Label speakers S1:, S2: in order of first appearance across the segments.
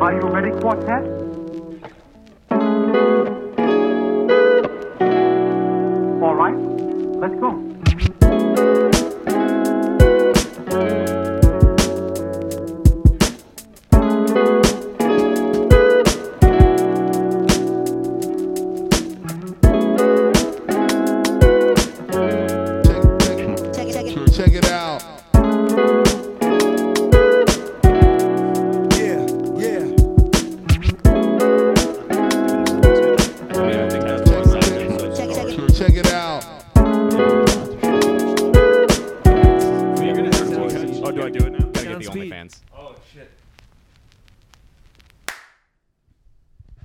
S1: Harmony Quartet. All right, let's go.
S2: Check it, check it.
S3: Check it out. Yeah, yeah.
S2: Check it, check it.
S3: Check it out.
S4: Oh, do I do it now?
S5: Gotta get the OnlyFans.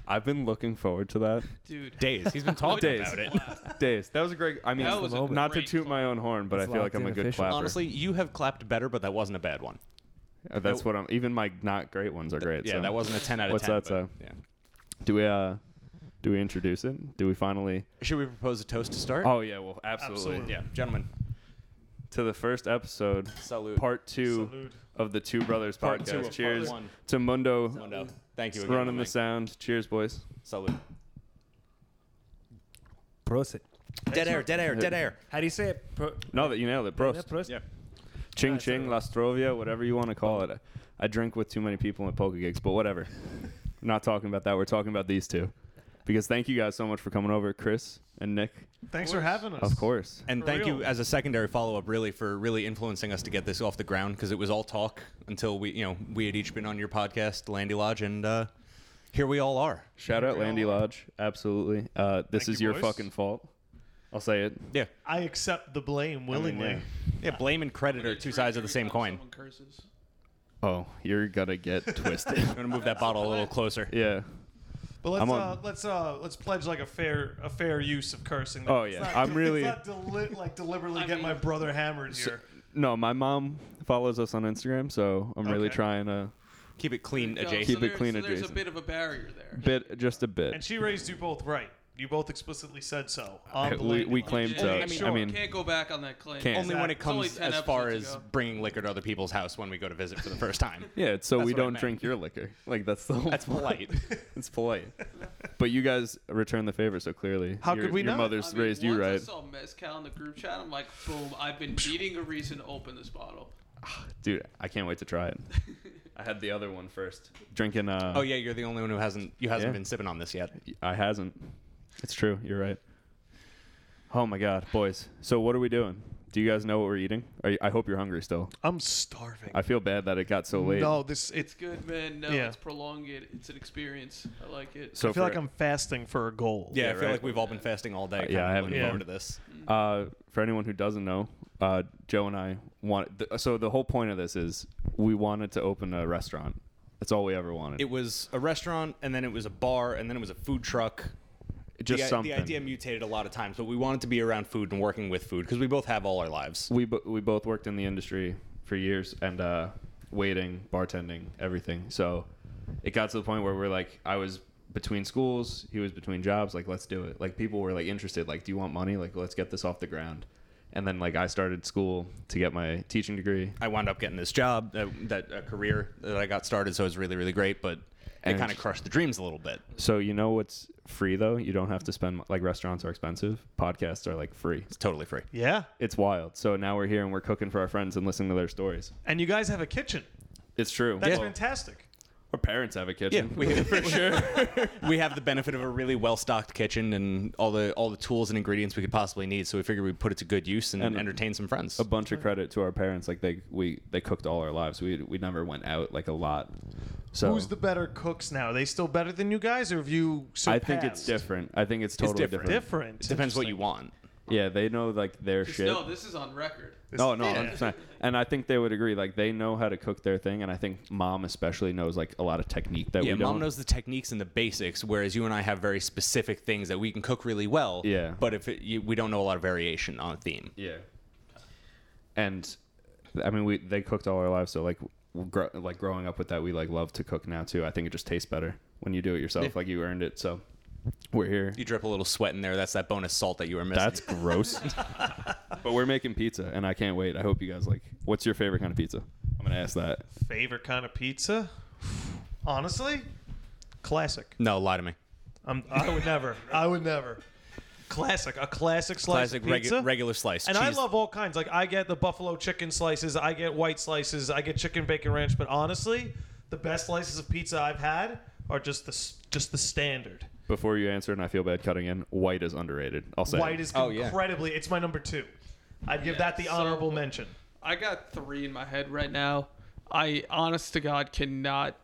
S4: I've been looking forward to that.
S6: Dude,
S5: Days. He's been talking
S4: Days.
S5: about it.
S4: Days. That was a great. I mean,
S6: That was a
S4: not to
S6: great
S4: toot my own horn, but I feel like
S7: locked
S4: I'm a
S7: in
S4: good
S7: official.
S4: clapper.
S5: Honestly, you have clapped better, but that wasn't a bad one.
S4: Uh, that's what I'm. Even my not great ones are great.
S5: Yeah,
S4: so.
S5: that wasn't a 10 out of
S4: What's
S5: 10.
S4: that
S5: but-
S4: say?
S5: yeah.
S4: Do we uh, do we introduce it? Do we finally?
S5: Should we propose a toast to start?
S4: Oh yeah, well, absolutely.
S5: Yeah, gentlemen.
S4: To the first episode,
S5: Salute.
S4: part two of the Two Brothers
S5: Part
S4: podcast.
S5: two of part
S4: Cheers
S5: one.
S4: to Mundo,
S5: Mundo. Thank you again.
S4: running the
S5: Mike.
S4: sound. Cheers, boys.
S5: Salute.
S7: Prosit.
S5: Dead air, dead air, dead air.
S7: How do you say it? Pro-
S4: No, that you nailed it. Prost.
S7: Prost?
S5: Yeah.
S4: Ching Ching, Lastrovia, whatever you want to call it. I, I drink with too many people at poker gigs, but whatever. We're not talking about that. We're talking about these two. Because thank you guys so much for coming over, Chris and Nick.
S8: Thanks for having us.
S4: Of course.
S5: And
S8: For
S5: thank you
S8: real.
S5: as a secondary follow up, really, for really influencing us to get this off the ground because it was all talk until we, you know, we had each been on your podcast, Landy Lodge, and uh, here we all are.
S4: Shout out Landy Lodge. Absolutely. Uh, this
S8: Thank
S4: is
S8: you,
S4: your
S8: boys.
S4: fucking fault. I'll say it.
S5: Yeah.
S8: I accept the blame willingly.
S4: yeah.
S5: Yeah, blame and credit are two sides of the same coin. I'm
S4: Oh, you're going to get twisted.
S5: going to move that bottle a little closer.
S4: Yeah.
S8: But let's
S4: I'm on-
S8: uh, let's uh, let's pledge like a fair a fair use of cursing.
S4: Oh,
S8: It's
S4: yeah.
S8: not-
S4: I'm
S8: it's
S4: really-
S8: not deli- like deliberately get my brother hammered here.
S4: No, my mom follows us on Instagram, so I'm really
S8: Okay.
S4: trying to
S5: Keep it clean, adjacent.
S4: Keep it
S6: there-
S4: clean
S6: so There's a
S4: adjacent.
S6: bit of a barrier there.
S4: bit just a bit.
S8: and she raised you both right. You both explicitly said so.
S4: Uh,
S8: On
S4: we, we
S8: Belated
S4: claim
S6: Yeah,
S4: so.
S6: I
S4: I
S6: mean,
S4: mean,
S8: sure.
S6: can't go back on that claim.
S4: Can't.
S5: Only when it
S8: It's only
S5: comes
S6: 10
S5: as far
S6: episodes
S5: as
S6: ago.
S5: bringing liquor to other people's house when we go to visit for the first time.
S4: yeah, it's so
S5: That's
S4: we
S5: what I
S4: don't
S5: meant.
S4: drink your liquor. Like that's the whole
S5: That's
S4: point.
S5: polite.
S4: It's polite. but you guys return the favor, so clearly.
S8: How
S4: your,
S8: could we
S4: Your
S8: not?
S4: mother's
S6: I mean,
S4: raised you
S6: once I
S4: right.
S6: saw mezcal in the group chat. I'm like, boom! I've been needing a reason to open this bottle.
S4: Dude, I can't wait to try it. I had the other one first. Drinking, uh,
S5: Oh yeah, you're the only one who hasn't you hasn't
S4: Yeah.
S5: been sipping on this yet.
S4: I hasn't. It's true. You're right. Oh my God, boys. So what are we doing? Do you guys know what we're eating? Are you, I hope you're hungry still.
S8: I'm starving.
S4: I feel bad that it got so late.
S8: no, this it's.
S6: It's good, man. No,
S8: Yeah.
S6: it's prolonged. It. It's an experience. I like it.
S4: So
S8: I feel
S4: for-
S8: like I'm fasting for a goal.
S5: Yeah, I
S4: Yeah,
S5: feel
S4: right.
S5: like we've all been fasting all day.
S4: Uh, yeah,
S5: kinda
S4: I haven't
S5: looking
S8: either.
S5: forward to this.
S4: Uh, for anyone who doesn't know, uh, Joe and I want. Th- so the whole point of this is we wanted to open a restaurant. That's all we ever wanted.
S5: It was a restaurant, and then it was a bar, and then it was a food truck.
S4: Just
S5: the, i-
S4: something.
S5: The idea mutated a lot of times, but we wanted to be around food and working with food because we both have all our lives.
S4: we bo- we both worked in the industry for years and uh, waiting, bartending, everything. So it got to the point where we're like, I was between schools, he was between jobs. Like, let's do it. Like people were like interested. Like, do you want money? Like, let's get this off the ground. And then like I started school to get my teaching degree.
S5: I wound up getting this job, that, that a career that I got started, so it was really, really great. But it
S4: And-
S5: kind of crushed the dreams a little bit.
S4: So you know what's free though? You don't have to spend like restaurants are expensive. Podcasts are like free.
S5: It's totally free.
S8: Yeah.
S4: It's wild. So now we're here and we're cooking for our friends and listening to their stories.
S8: And you guys have a kitchen.
S4: It's true.
S8: That's fantastic.
S4: Our parents have a
S5: Yeah,
S4: kitchen.
S5: we, for sure. we have the benefit of a really well-stocked kitchen and all the all the tools and ingredients we could possibly need. So we figured we'd put it to good use and,
S4: And-
S5: entertain some friends.
S4: a bunch of credit to our parents. Like they we they cooked all our lives. We we never went out like a lot. So
S8: Who's the better cooks now? Are they still better than you guys, or have you
S4: I
S8: surpassed?
S4: think it's different. I think it's totally
S5: different.
S4: different.
S8: Different.
S5: Depends what you want.
S4: Yeah, they know like their
S6: Just
S4: shit.
S6: know this is on record.
S4: no, no, 100%. and I think they would agree. Like they know how to cook their thing, and I think mom especially knows like a lot of technique that
S5: Yeah,
S4: we
S5: mom
S4: don't.
S5: knows the techniques and the basics, whereas you and I have very specific things that we can cook really well.
S4: Yeah.
S5: But if it, you, we don't know a lot of variation on a theme,
S4: Yeah. And I mean, we they cooked all our lives, so like we grow, like growing up with that, we like love to cook now too. I think it just tastes better when you do it yourself. Like you earned it, so we're here.
S5: you drip a little sweat in there. That's that bonus salt that you were missing.
S4: That's gross. but we're making pizza, and I can't wait. I hope you guys like. What's your favorite kind of pizza? I'm gonna ask that.
S8: Favorite kind of pizza? Honestly, Classic.
S5: No, lie to me.
S8: I'm, I would never. I would never. Classic. A classic slice
S5: Classic
S8: of pizza.
S5: regu- regular slice.
S8: and I
S5: Cheese-
S8: love all kinds. Like I get the buffalo chicken slices, I get white slices, I get chicken bacon ranch. But honestly, the best slices of pizza I've had are just the s- just the standard.
S4: Before you answer, and I feel bad cutting in, white is underrated. I'll say. it.
S8: White is
S5: Oh, yeah.
S8: incredibly. It's my number two. I'd give
S6: Yeah,
S8: that the
S6: so-
S8: honorable mention.
S6: I got three in my head right now. I honest to God cannot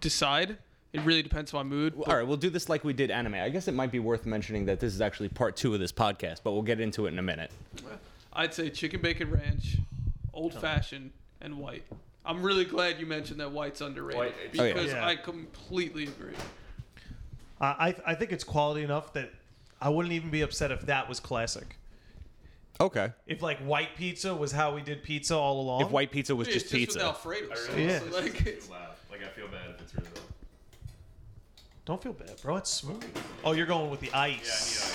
S6: decide. It really depends on my mood.
S5: All right, we'll do this like we did anime. I guess it might be worth mentioning that this is actually part two of this podcast, but we'll get into it in a minute.
S6: I'd say chicken bacon ranch, old fashioned, and white. I'm really glad you mentioned that white's underrated
S5: Oh, yeah.
S6: because
S8: Yeah.
S6: I completely agree.
S8: I I, I think it's quality enough that I wouldn't even be upset if that was classic.
S5: Okay.
S8: If like white pizza was how we did pizza all along.
S5: If white pizza was
S6: It's
S5: just
S6: just with
S5: pizza.
S6: Alfredo sauce.
S8: Yeah.
S6: Like, it's-
S4: loud. Like I feel bad if it's really loud.
S8: Don't feel bad, bro. It's smooth. Oh, you're going with the ice.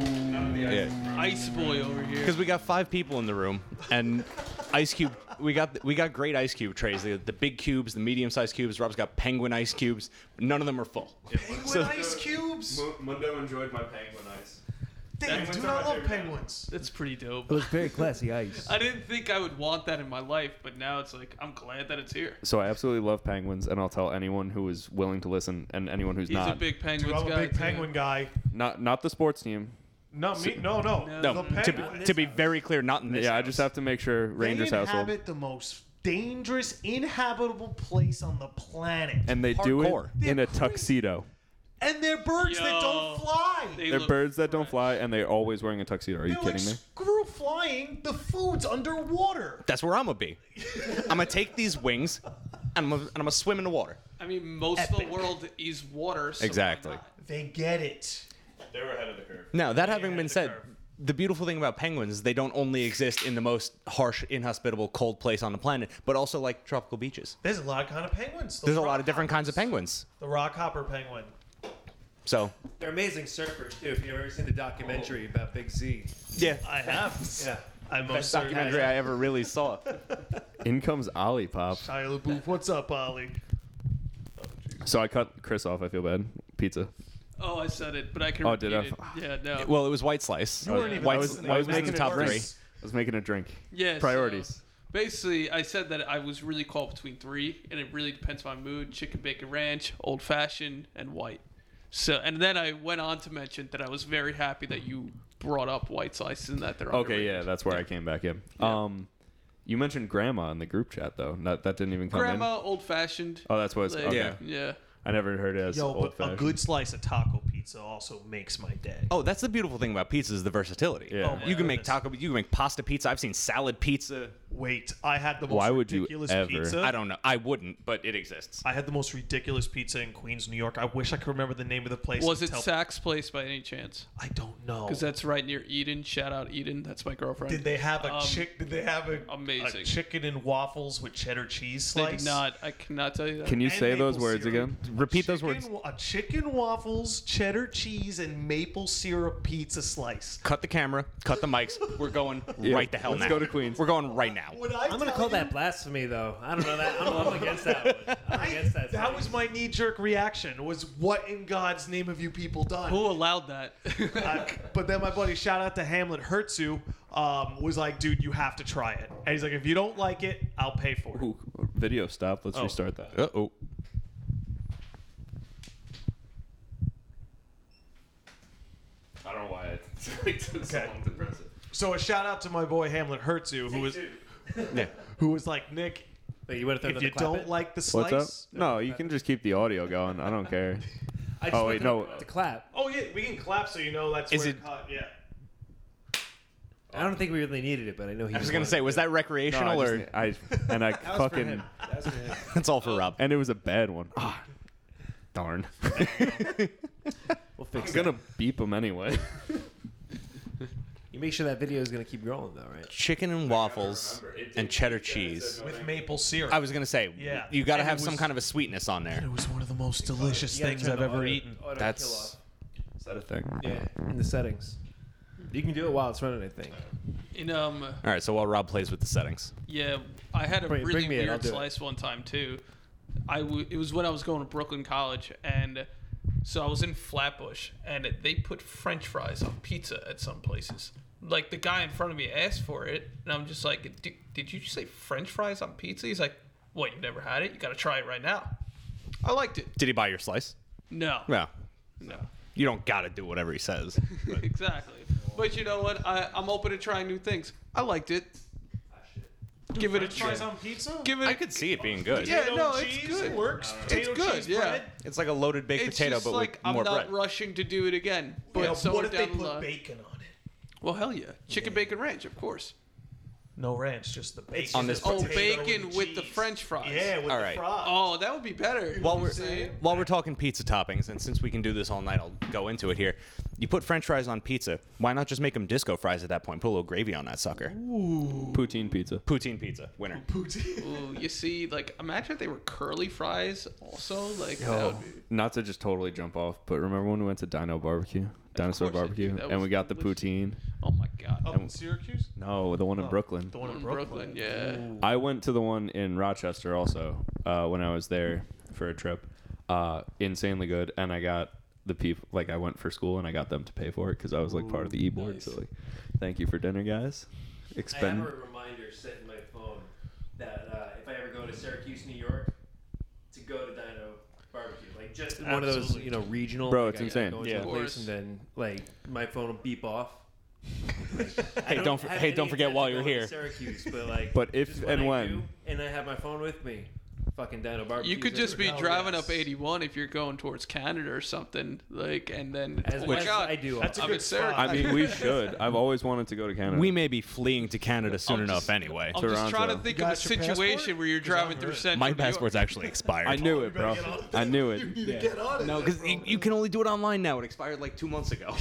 S5: Yeah.
S6: ice boy over here.
S5: Because we got five people in the room, and ice cube. We got we got great ice cube trays. The, the big cubes, the medium sized cubes. Rob's got penguin ice cubes. None of them are full.
S8: Penguin ice cubes.
S4: Mundo enjoyed my penguin ice.
S8: Damn,
S4: Penguins
S8: dude,
S4: are
S8: I
S4: my
S8: love
S4: favorite.
S8: penguins.
S6: That's pretty dope.
S3: It was very classy ice.
S6: I didn't think I would want that in my life, but now it's like I'm glad that it's here.
S4: So I absolutely love penguins, and I'll tell anyone who is willing to listen, and anyone who's
S6: He's
S4: not,
S6: a big Penguins
S8: Dude, I'm a
S6: guy.
S8: big penguin guy.
S4: not not the sports team.
S8: No, me, no, no.
S6: No.
S5: No.
S8: the
S5: to, be,
S8: penguins.
S5: to be very clear, not in this.
S4: Yeah, I just have to make sure Rangers
S8: they
S4: household,
S8: inhabit the most dangerous, inhabitable place on the planet. And,
S4: and they do it
S5: Hardcore.
S4: in a
S8: They're crazy.
S4: tuxedo.
S8: they're birds that
S6: Yo.
S8: don't fly.
S6: They
S4: They're
S6: look
S4: birds that don't
S6: fresh.
S4: fly, and they're always wearing a tuxedo. Are you
S8: they're like,
S4: kidding me?
S8: screw flying. The food's underwater.
S5: That's where I'm gonna be. I'm gonna take these wings, and I'm gonna, and I'm gonna swim in the water.
S6: I mean, most of the world is water. So why
S5: Exactly.
S6: not?
S8: They get it.
S4: They were ahead of the curve.
S5: Now, that having been
S8: it's
S5: said,
S8: a curve.
S5: the beautiful thing about penguins is they don't only exist in the most harsh, inhospitable, cold place on the planet, but also like tropical beaches.
S8: There's a lot of kind of penguins. Those
S5: There's a lot of
S8: rock
S5: different kinds of
S8: hoppers.
S5: penguins.
S8: The rock hopper penguin.
S5: So,
S7: They're amazing surfers too. If you've ever seen the documentary about Big Z,
S5: yeah.
S8: I have.
S7: yeah,
S8: I most
S5: Best documentary I ever really saw.
S4: In comes Ollie Pop.
S8: Shia LaBeouf, what's up, Ollie?
S4: So I cut Chris off. I feel bad. Pizza.
S6: Oh, I said it, but I can
S4: Oh,
S6: repeat
S4: did I?
S6: it. Yeah, no.
S5: Well, it was White Slice.
S8: weren't even
S5: White,
S8: listening.
S5: White
S8: I was
S5: was in the
S8: making it
S5: top
S8: worse.
S5: three.
S4: I was making a drink.
S6: Yeah, so
S4: Priorities.
S6: basically, I said that I was really caught between three, and it really depends on my mood: chicken bacon ranch, old fashioned, and white. So, and then I went on to mention that I was very happy that you brought up white slices and that they're
S4: Okay,
S6: underrated.
S4: yeah, that's where I came back in. Um, you mentioned grandma in the group chat though. Not, that didn't even come in.
S6: Grandma, old fashioned.
S4: Oh, that's what it's.
S6: like,
S4: okay.
S5: Yeah.
S6: yeah.
S4: I never heard it as
S8: Yo,
S4: old
S8: but
S4: fashioned.
S8: a good slice of taco pizza also makes my day.
S5: Oh, that's the beautiful thing about pizza is the versatility.
S4: Yeah. Oh my
S5: you can make
S8: goodness.
S5: taco, you can make pasta pizza. I've seen salad pizza.
S8: Wait, I had the most
S4: Why would you
S8: ridiculous
S4: ever-
S8: pizza.
S5: I don't know. I wouldn't, but it exists.
S8: I had the most ridiculous pizza in Queens, New York. I wish I could remember the name of the place.
S6: Was
S8: and
S6: it
S8: tell-
S6: Saks Place by any chance?
S8: I don't know.
S6: Because that's right near Eden. Shout out Eden. That's my girlfriend.
S8: Did they have a
S6: Um,
S8: chick? Did they have a,
S6: amazing.
S8: a chicken and waffles with cheddar cheese
S6: They
S8: slice?
S6: did not. I cannot tell you that.
S4: Can you
S8: And
S4: say those
S8: maple
S4: words
S8: syrup.
S4: again?
S5: Repeat those
S8: Chicken
S5: words.
S8: wa- A chicken waffles, cheddar cheese, and maple syrup pizza slice.
S5: Cut the camera. Cut the mics. We're going right the hell
S4: let's
S5: now.
S4: go to Queens.
S5: We're going right now.
S8: Would I
S7: I'm gonna
S8: tell
S7: call
S8: you-
S7: that blasphemy though. I don't know that. I'm, I'm against that one. I'm against that.
S8: That
S7: statement.
S8: was my knee-jerk reaction. Was what in God's name have you people done?
S6: Who allowed that?
S8: I- but then my buddy, shout out to Hamlet Hertzu, um, was like, dude, you have to try it. And he's like, if you don't like it, I'll pay for it.
S4: Ooh, video stop. Let's restart that.
S5: Uh oh.
S4: I don't know why it took so
S8: Okay. long
S4: to press it.
S8: So a shout out to my boy Hamlet Hertzu, who was
S5: Yeah.
S8: who was like, Nick,
S7: Wait, you would have thrown
S8: if you
S7: another clap
S8: don't
S7: in?
S8: like the
S4: What's
S8: slice,
S4: up? No, you can just keep the audio going. I don't care.
S7: I just
S4: Oh,
S7: want
S4: wait,
S7: to-
S4: no.
S7: to clap.
S8: oh yeah, we can clap so you know that's
S5: Is
S8: where
S5: it-
S8: it cut. Yeah.
S7: I don't think we really needed it, but I know he.
S5: I was gonna say, was that
S4: No, I
S5: recreational
S4: just-
S5: or
S4: I and I
S7: that was for
S4: fucking
S7: him. That was for him.
S5: that's all for Rob?
S4: and it was a bad one. Ah, darn.
S7: We'll fix
S4: I'm
S7: it.
S4: gonna beep him anyway.
S7: You make sure that video is gonna keep rolling though, right?
S5: Chicken and waffles and cheddar cheese.
S8: With maple syrup.
S5: I was gonna say,
S8: Yeah.
S5: you gotta
S8: And it
S5: have some
S8: was-
S5: kind of a sweetness on there.
S8: it was one of the most delicious
S7: You gotta
S8: things
S7: turn
S8: I've
S7: the
S8: ever
S7: auto-
S8: eaten.
S7: auto kill
S5: That's-
S7: off.
S4: Is that a thing?
S7: yeah in the settings. You can do it while it's running. I think.
S6: In um,
S5: All right, so while Rob plays with the settings,
S6: Yeah, I had a
S7: Bring-
S6: really
S7: bring me it, I'll
S6: weird
S7: do it.
S6: slice one time too. I w- it was when I was going to Brooklyn College, and so I was in Flatbush, and they put French fries on pizza at some places. Like the guy in front of me asked for it, and I'm just like, "Dude, "Did you just say French fries on pizza?" He's like, "What? You never had it? You got to try it right now." I liked it.
S5: Did he buy your slice?
S6: No,
S5: No.
S6: no,
S5: You don't got to do whatever he says. but-
S6: exactly. But you know what? I, I'm open to trying new things. I liked it. Give it a
S8: French fries
S6: try.
S8: on pizza?
S6: Give it.
S5: I
S6: a-
S5: could see it being good.
S6: Yeah,
S8: Potato
S6: no,
S8: and
S6: it's
S8: cheese,
S6: good.
S8: It works. Potato
S6: good,
S8: cheese
S6: yeah.
S8: bread.
S5: It's like a loaded baked
S6: it's
S5: potato,
S6: just
S5: but
S6: like
S5: with more
S6: I'm not
S5: bread.
S6: rushing to do it again. But
S8: Yeah,
S6: someone
S8: what if they
S6: down the
S8: put
S6: line-
S8: bacon on it?
S6: Well, hell yeah, chicken bacon ranch, of course.
S8: No ranch, just the bacon.
S5: on this
S6: Oh,
S5: Potato
S6: bacon with the French fries.
S8: Yeah, with
S5: All
S8: the
S5: right.
S8: fries.
S6: Oh, that would be better.
S5: While we're
S6: saying?
S5: while we're talking pizza toppings, and since we can do this all night, I'll go into it here. You put French fries on pizza. Why not just make them disco fries at that point? Put a little gravy on that sucker.
S4: Poutine pizza.
S5: Poutine pizza, winner.
S6: Ooh, you see, like imagine if they were curly fries also. Like that
S4: Oh,
S6: would be-
S4: not to just totally jump off, but remember when we went to Dino Barbecue, Dinosaur
S6: course I do.
S4: Barbecue,
S6: That
S4: and
S6: was
S4: we got the poutine?
S6: oh my god.
S8: Up in Syracuse?
S4: No, the
S7: Oh.
S4: one in Brooklyn.
S8: The one
S6: in
S8: in Brooklyn.
S6: Brooklyn, yeah.
S4: I went to the one in Rochester also uh, when I was there for a trip. Uh, insanely good, and I got the people like I went for school and I got them to pay for it because I was like part of the e board. So like, thank you for dinner,
S3: I
S4: guys.
S3: have a
S4: Expend.
S3: reminder set in my phone that uh, if I ever go to Syracuse, New York, to go to Dino Barbecue, like just one of those you know regional.
S4: Bro,
S3: like,
S4: it's
S3: I gotta
S4: insane.
S3: Go into
S4: Yeah.
S3: a
S4: Of
S3: place
S6: course.
S3: and then like my phone will beep off.
S5: Hey, don't for-
S3: have
S5: hey,
S3: any
S5: don't forget
S3: intent
S5: while
S3: to
S5: you're
S3: go to
S5: here.
S3: Syracuse, but like,
S4: But if
S3: just
S4: and
S3: I
S4: when.
S3: do, and I have my phone with me, fucking Dino Barbecue.
S6: You could just be
S8: Oh,
S6: driving
S8: yes.
S6: up 81 if you're going towards Canada or something, like, and then
S3: As
S6: oh
S3: much
S6: my
S3: as
S6: god,
S3: I do.
S8: That's a
S6: I'm
S8: good
S6: in Syracuse.
S4: I mean, we should. I've always wanted to go to Canada.
S5: We may be fleeing to Canada soon
S6: I'm
S5: enough
S6: just-
S5: anyway.
S6: I'm just trying to
S4: Toronto.
S6: think
S8: You
S6: of a
S8: got your passport?
S6: situation where you're
S8: 'Cause I'm
S6: driving through
S8: good.
S6: central.
S5: My
S6: New York.
S5: passport's actually expired.
S4: I knew it, bro. I knew it.
S5: No, because you, you can only do it online now. It expired like two months ago.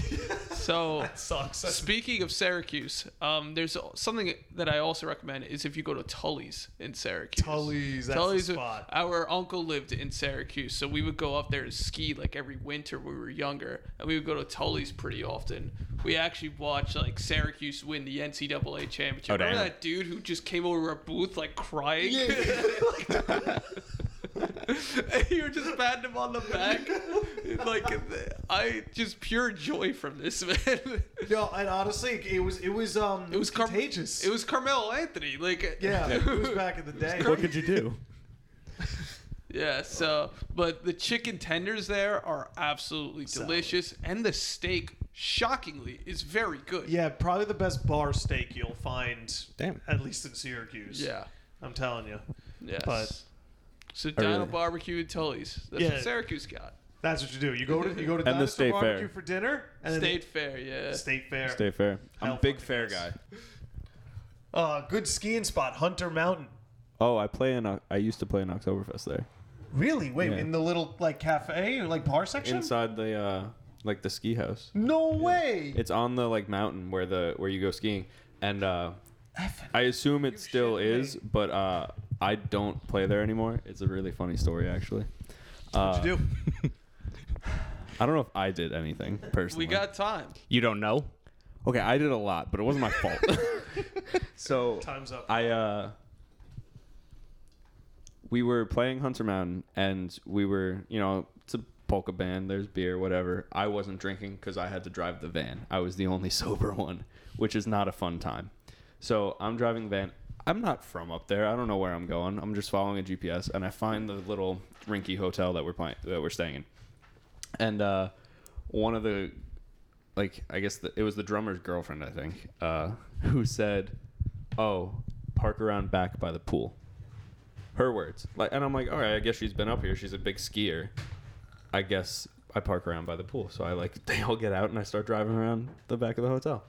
S6: So
S8: Sucks. That's
S6: Speaking of Syracuse, um, there's something that I also recommend is if you go to Tully's in Syracuse.
S8: Tully's, that's the spot.
S6: Our uncle lived in Syracuse, so we would go up there and ski like every winter when we were younger, and we would go to Tully's pretty often. We actually watched like Syracuse win the NCAA championship.
S5: Oh,
S6: Remember
S5: damn.
S6: that dude who just came over to our booth like crying? you were just patting him on the back. like I just pure joy from this man.
S8: No, and honestly, it was it was um
S6: It was Car-
S8: contagious.
S6: It was Carmelo Anthony. Like
S8: yeah, it was back in the day.
S4: What could you do?
S6: yeah. So, but the chicken tenders there are absolutely delicious, and the steak, shockingly, is very good.
S8: Yeah, probably the best bar steak you'll find.
S5: Damn.
S8: At least in Syracuse.
S6: Yeah.
S8: I'm telling you,
S6: Yes.
S8: But-
S6: so Dino
S4: really-
S6: Barbecue and Tully's. That's
S8: Yeah.
S6: what Syracuse got.
S8: that's what you do. You go to you go to
S4: the
S8: Dinosaur
S4: state fair.
S8: barbecue for dinner and then
S6: State Fair. Yeah.
S8: the state fair.
S4: Stay fair. I'm a
S8: Hell
S4: big
S8: fucking
S4: fair guy.
S8: yes. Uh, good skiing spot, Hunter Mountain.
S4: Oh, I play in. Oc- I used to play in Oktoberfest there.
S8: Really? Wait,
S4: Yeah.
S8: in the little like cafe or like bar section?
S4: Inside the uh, like the ski house.
S8: No way.
S4: It's on the like mountain where the where you go skiing, and uh, I assume it still is, but uh, I don't play there anymore. It's a really funny story, actually. Uh,
S8: What you do?
S4: I don't know if I did anything personally.
S6: We got time.
S5: You don't know?
S4: okay. I did a lot, but it wasn't my fault. so
S8: Time's up.
S4: I uh we were playing Hunter Mountain and we were, you know, it's a polka band, there's beer, whatever. I wasn't drinking cuz I had to drive the van. I was the only sober one, which is not a fun time. So, I'm driving the van. I'm not from up there. I don't know where I'm going. I'm just following a GPS and I find the little rinky hotel that we're playing that we're staying in. And uh one of the like I guess the, it was the drummer's girlfriend, I think, uh, who said, "Oh, park around back by the pool." Her words. Like, and I'm like, "All right, I guess she's been up here. She's a big skier. I guess I park around by the pool." So I like they all get out and I start driving around the back of the hotel.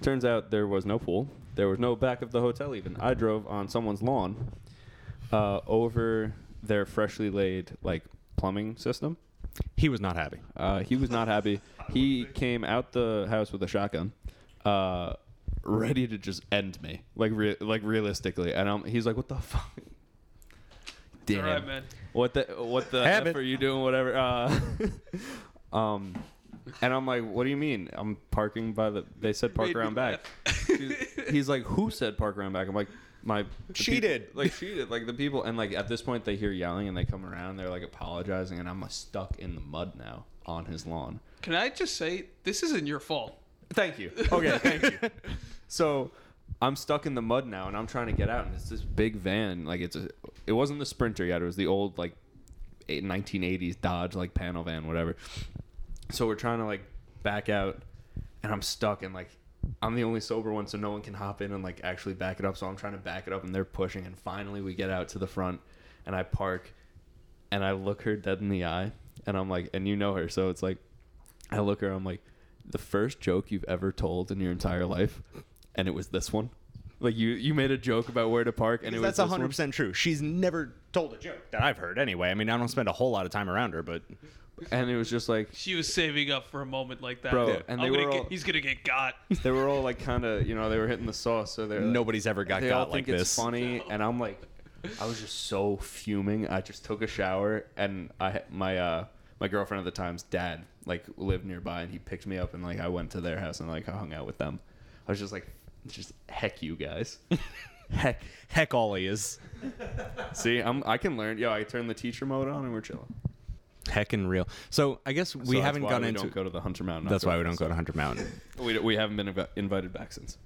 S4: Turns out there was no pool. There was no back of the hotel even. I drove on someone's lawn uh, over their freshly laid like plumbing system.
S5: He was not happy.
S4: Uh, he was not happy. He came out the house with a shotgun, uh, ready to just end me, like re- like realistically. And i he's like, "What the fuck?
S6: All
S4: Damn,
S6: right, man.
S4: what the what the
S5: Habit.
S4: f are you doing? Whatever." Uh, um, and I'm like, "What do you mean? I'm parking by the." They said park
S6: Made me
S4: around back.
S6: laugh.
S4: He's- He's like, "Who said park around back?" I'm like, my the
S5: She
S4: peop-
S5: did.
S4: like she did like the people and like at this point they hear yelling and they come around they're like apologizing and I'm uh, stuck in the mud now on his lawn.
S6: Can I just say this isn't your fault?
S4: Thank you. Okay, thank you. So I'm stuck in the mud now, and I'm trying to get out, and it's this big van. Like it's a, it wasn't the Sprinter yet. It was the old like eight- 1980s Dodge like panel van, whatever. So we're trying to like back out, and I'm stuck, and like I'm the only sober one, so no one can hop in and like actually back it up. So I'm trying to back it up, and they're pushing, and finally we get out to the front, and I park, and I look her dead in the eye, and I'm like, and you know her, so it's like, I look her, I'm like, the first joke you've ever told in your entire life, and it was this one. Like you, you made a joke about where to park, and it was
S5: That's
S4: this one.
S5: 100% true. She's never told a joke that I've heard anyway. I mean, I don't spend a whole lot of time around her, but
S4: And it was just like
S6: She was saving up for a moment like that.
S4: Bro, Yeah. and
S6: I'm
S4: they
S6: gonna
S4: were
S6: get-
S4: all-
S6: he's gonna get got.
S4: they were all like kind of, you know, they were hitting the sauce, so they're like-
S5: nobody's ever got
S4: they all
S5: got
S4: think
S5: like
S4: it's
S5: this.
S4: funny, and I'm like, I was just so fuming. I just took a shower, and I my uh my girlfriend at the time's dad like lived nearby, and he picked me up, and like I went to their house and like I hung out with them. I was just like, just heck you guys.
S5: Heck, heck, all he is.
S4: See, I'm I can learn. Yo, I turn the teacher mode on, and we're chilling.
S5: Heck and real. So I guess
S4: So
S5: we
S4: that's
S5: haven't
S4: why
S5: gone
S4: we
S5: into.
S4: Don't go to the Hunter Mountain.
S5: that's why we don't go to Hunter Mountain.
S4: to. We, we haven't been inv- invited back since.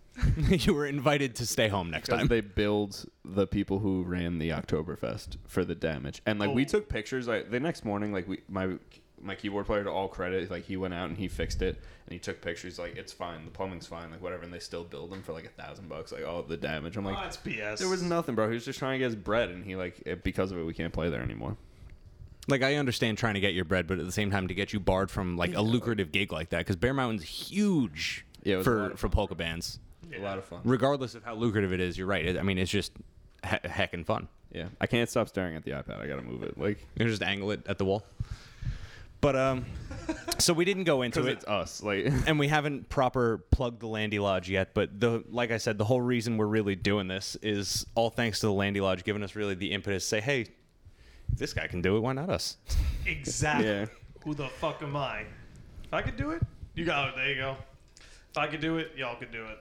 S5: you were invited to stay home next
S4: Because
S5: time.
S4: they billed the people who ran the Oktoberfest for the damage, and like
S5: Oh.
S4: we took pictures. Like the next morning, like we my my keyboard player to all credit, like he went out and he fixed it, and he took pictures. Like it's fine, the plumbing's fine, like whatever, and they still billed him for like a thousand bucks, like all the damage. I'm like,
S8: Oh, that's BS.
S4: there was nothing, bro. He was just trying to get his bread, and he like it, because of it, we can't play there anymore.
S5: like I understand trying to get your bread, but at the same time to get you barred from like a lucrative gig like that because Bear Mountain's huge
S4: Yeah, it was a lot
S5: for
S4: of
S5: for polka bands.
S4: A lot of fun.
S5: Regardless of how lucrative it is, you're right. It, I mean, it's just he- heck and fun.
S4: Yeah, I can't stop staring at the iPad. I gotta move it. Like
S5: You just angle it at the wall. But um, so we didn't go into
S4: because
S5: it.
S4: it's us. Like
S5: and we haven't proper plugged the Landy Lodge yet, but the like I said, the whole reason we're really doing this is all thanks to the Landy Lodge giving us really the impetus to say, hey, if this guy can do it, why not us?
S8: Exactly.
S4: Yeah.
S8: Who the fuck am I? If I could do it, you got it. There you go. If I could do it, y'all could do it.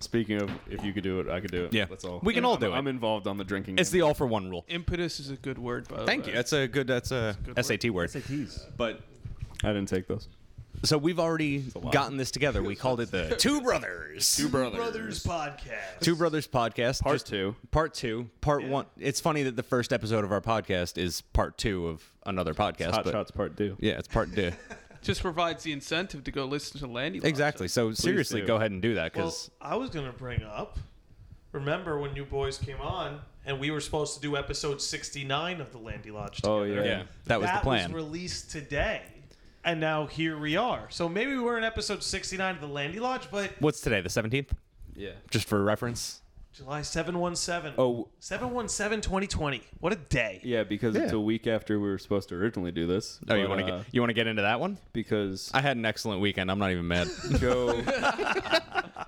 S4: speaking of, if you could do it, I could do it.
S5: Yeah.
S4: that's all.
S5: We can all
S4: I'm-
S5: do it.
S4: I'm involved on the drinking.
S5: It's the all for one rule.
S6: Impetus is a good word, by the
S5: Thank
S6: way.
S5: you. That's a good that's a, SAT word.
S7: SATs.
S5: But
S4: I didn't take those.
S5: so we've already gotten this together. We called it the Two Brothers. Two,
S8: Brothers podcast.
S5: Brothers podcast.
S4: Part
S5: Just
S4: two.
S5: Part two. Part one. It's funny that the first episode of our podcast is part two of another podcast.
S4: Hot
S5: but
S4: shots part two.
S5: Yeah, it's part two.
S6: Just provides the incentive to go listen to Landy. Lodge.
S5: exactly. So seriously,
S4: do.
S5: go ahead and do that
S8: Well,
S5: because
S8: I was gonna bring up. Remember when you boys came on and we were supposed to do episode sixty nine of the Landy Lodge? Together?
S4: Oh yeah.
S5: Yeah, that was the plan.
S8: released today, and now here we are. So maybe we were in episode sixty nine of the Landy Lodge, but
S5: What's today? The seventeenth?
S4: Yeah.
S5: Just for reference.
S8: July 717.
S4: Oh
S8: 717 2020. What a day.
S4: yeah, because it's a week after we were supposed to originally do this.
S5: Oh, you
S4: but,
S5: want to
S4: uh,
S5: get you want to get into that one?
S4: because
S5: I had an excellent weekend. I'm not even mad.
S4: Joe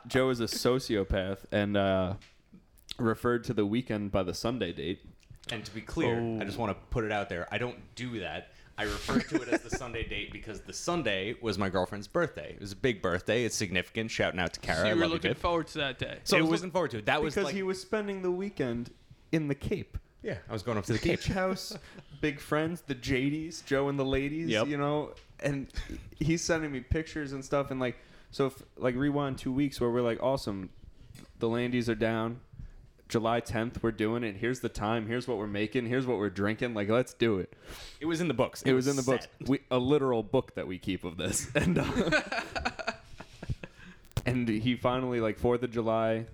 S4: Joe is a sociopath and uh, referred to the weekend by the Sunday date.
S5: and to be clear, I just want to put it out there. I don't do that. I refer to it as the Sunday date because the Sunday was my girlfriend's birthday. It was a big birthday. It's significant. Shouting out to Kara.
S6: So
S5: I
S6: you were
S5: love
S6: looking
S5: babe.
S6: forward to that day.
S5: So I was looking forward to it. That was
S4: Because
S5: like,
S4: he was spending the weekend in the Cape.
S5: yeah. I was going up to the Cape.
S4: Beach house, big friends, the JDs, Joe and the ladies,
S5: Yep.
S4: you know, and he's sending me pictures and stuff. And like, so if, like rewind two weeks where we're like, awesome, the Landies are down. July 10th, we're doing it. Here's the time. Here's what we're making. Here's what we're drinking. Like, let's do it.
S5: It was in the books.
S4: It was in the books.
S5: set.
S4: We, a literal book that we keep of this. And, uh, and he finally, like, 4th of July,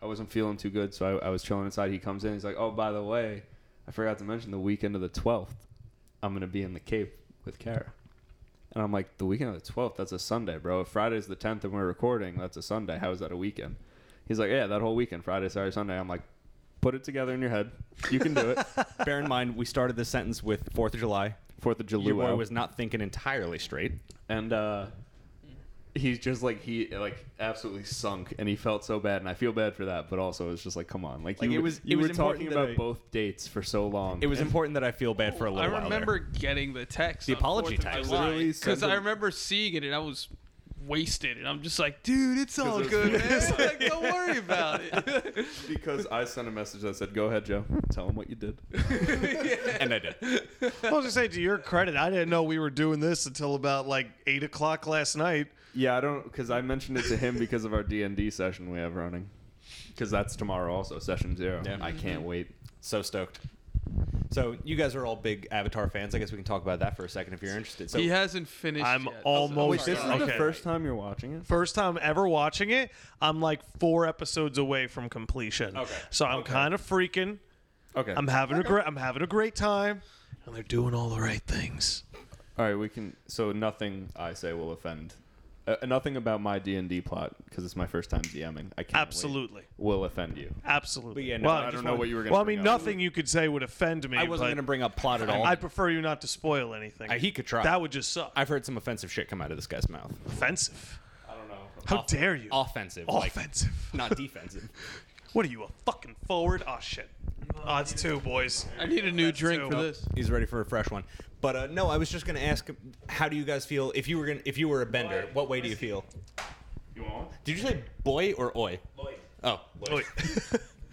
S4: I wasn't feeling too good, so I, I was chilling inside. He comes in. He's like, oh, by the way, I forgot to mention the weekend of the 12th, I'm going to be in the Cape with Kara. And I'm like, the weekend of the 12th, that's a Sunday, bro. If Friday's the 10th and we're recording, that's a Sunday. How is that a weekend? He's like, yeah, that whole weekend, Friday, Saturday, Sunday. I'm like, put it together in your head. You can do it.
S5: Bear in mind, we started this sentence with Fourth of July.
S4: 4th of July.
S5: Your boy was not thinking entirely straight.
S4: and uh he's just like he like absolutely sunk and he felt so bad and i feel bad for that but also it's just like come on like,
S5: Like,
S4: you,
S5: it
S4: it
S5: was-
S4: was
S5: it
S4: you
S5: was
S4: were talking
S5: important that
S4: about
S5: I-
S4: both dates for so long
S5: It was important that I feel bad for a
S6: I
S5: little while. there.
S6: remember getting the text.
S5: The
S6: on
S5: apology
S6: 4th of
S5: text.
S6: July,
S4: Literally sent
S6: Because I
S4: them-
S6: remember seeing it and I was wasted, and I'm just like, dude, it's all
S4: it was
S6: good,
S4: wasted.
S6: man. like, don't worry about it.
S4: because I sent a message that said, "Go ahead, Joe. Tell him what you did." And I did.
S9: I was gonna say, to your credit, I didn't know we were doing this until about like eight o'clock last night.
S4: Yeah, I don't because I mentioned it to him because of our D and D session we have running. Because that's tomorrow, also session zero.
S5: Yeah.
S4: I can't wait.
S5: So stoked. So you guys are all big Avatar fans. I guess we can talk about that for a second if you're interested. So
S6: he hasn't finished.
S9: I'm
S6: yet.
S9: almost-
S6: sorry.
S4: Oh, This is the
S9: Okay.
S4: first time you're watching it.
S8: First time ever watching it. I'm like four episodes away from completion.
S5: Okay.
S8: So I'm kind of freaking.
S4: Okay.
S8: I'm having a great. I'm having a great time.
S9: And they're doing all the right things.
S4: All right, we can. So nothing I say will offend. Uh, nothing about my D and D plot because it's my first time DMing. I can't. wait,
S8: Absolutely.
S4: will offend you.
S8: Absolutely.
S5: But yeah, no,
S8: well,
S5: I
S4: I
S5: just
S4: don't know what you were going.
S8: well, I mean, nothing you could say would offend me.
S5: I wasn't going to
S8: but
S5: bring up plot at all.
S8: I'd prefer you not to spoil anything.
S5: Uh, he could try.
S8: That would just suck.
S5: I've heard some offensive shit come out of this guy's mouth.
S8: offensive.
S4: I don't know.
S8: How dare you?
S5: Offensive. like,
S8: offensive.
S5: not defensive.
S8: What are you, a fucking forward? Oh shit. Oh, it's two boys.
S6: I need a new
S8: That's
S6: drink
S8: too-
S6: for this.
S5: He's ready for a fresh one. But uh, no, I was just going to ask, how do you guys feel if you were gonna, if you were a bender? What way do you feel?
S4: You want
S5: Did you say boy or oi?
S4: Lloyd?
S5: Oh,
S8: Oi.
S4: Lloyd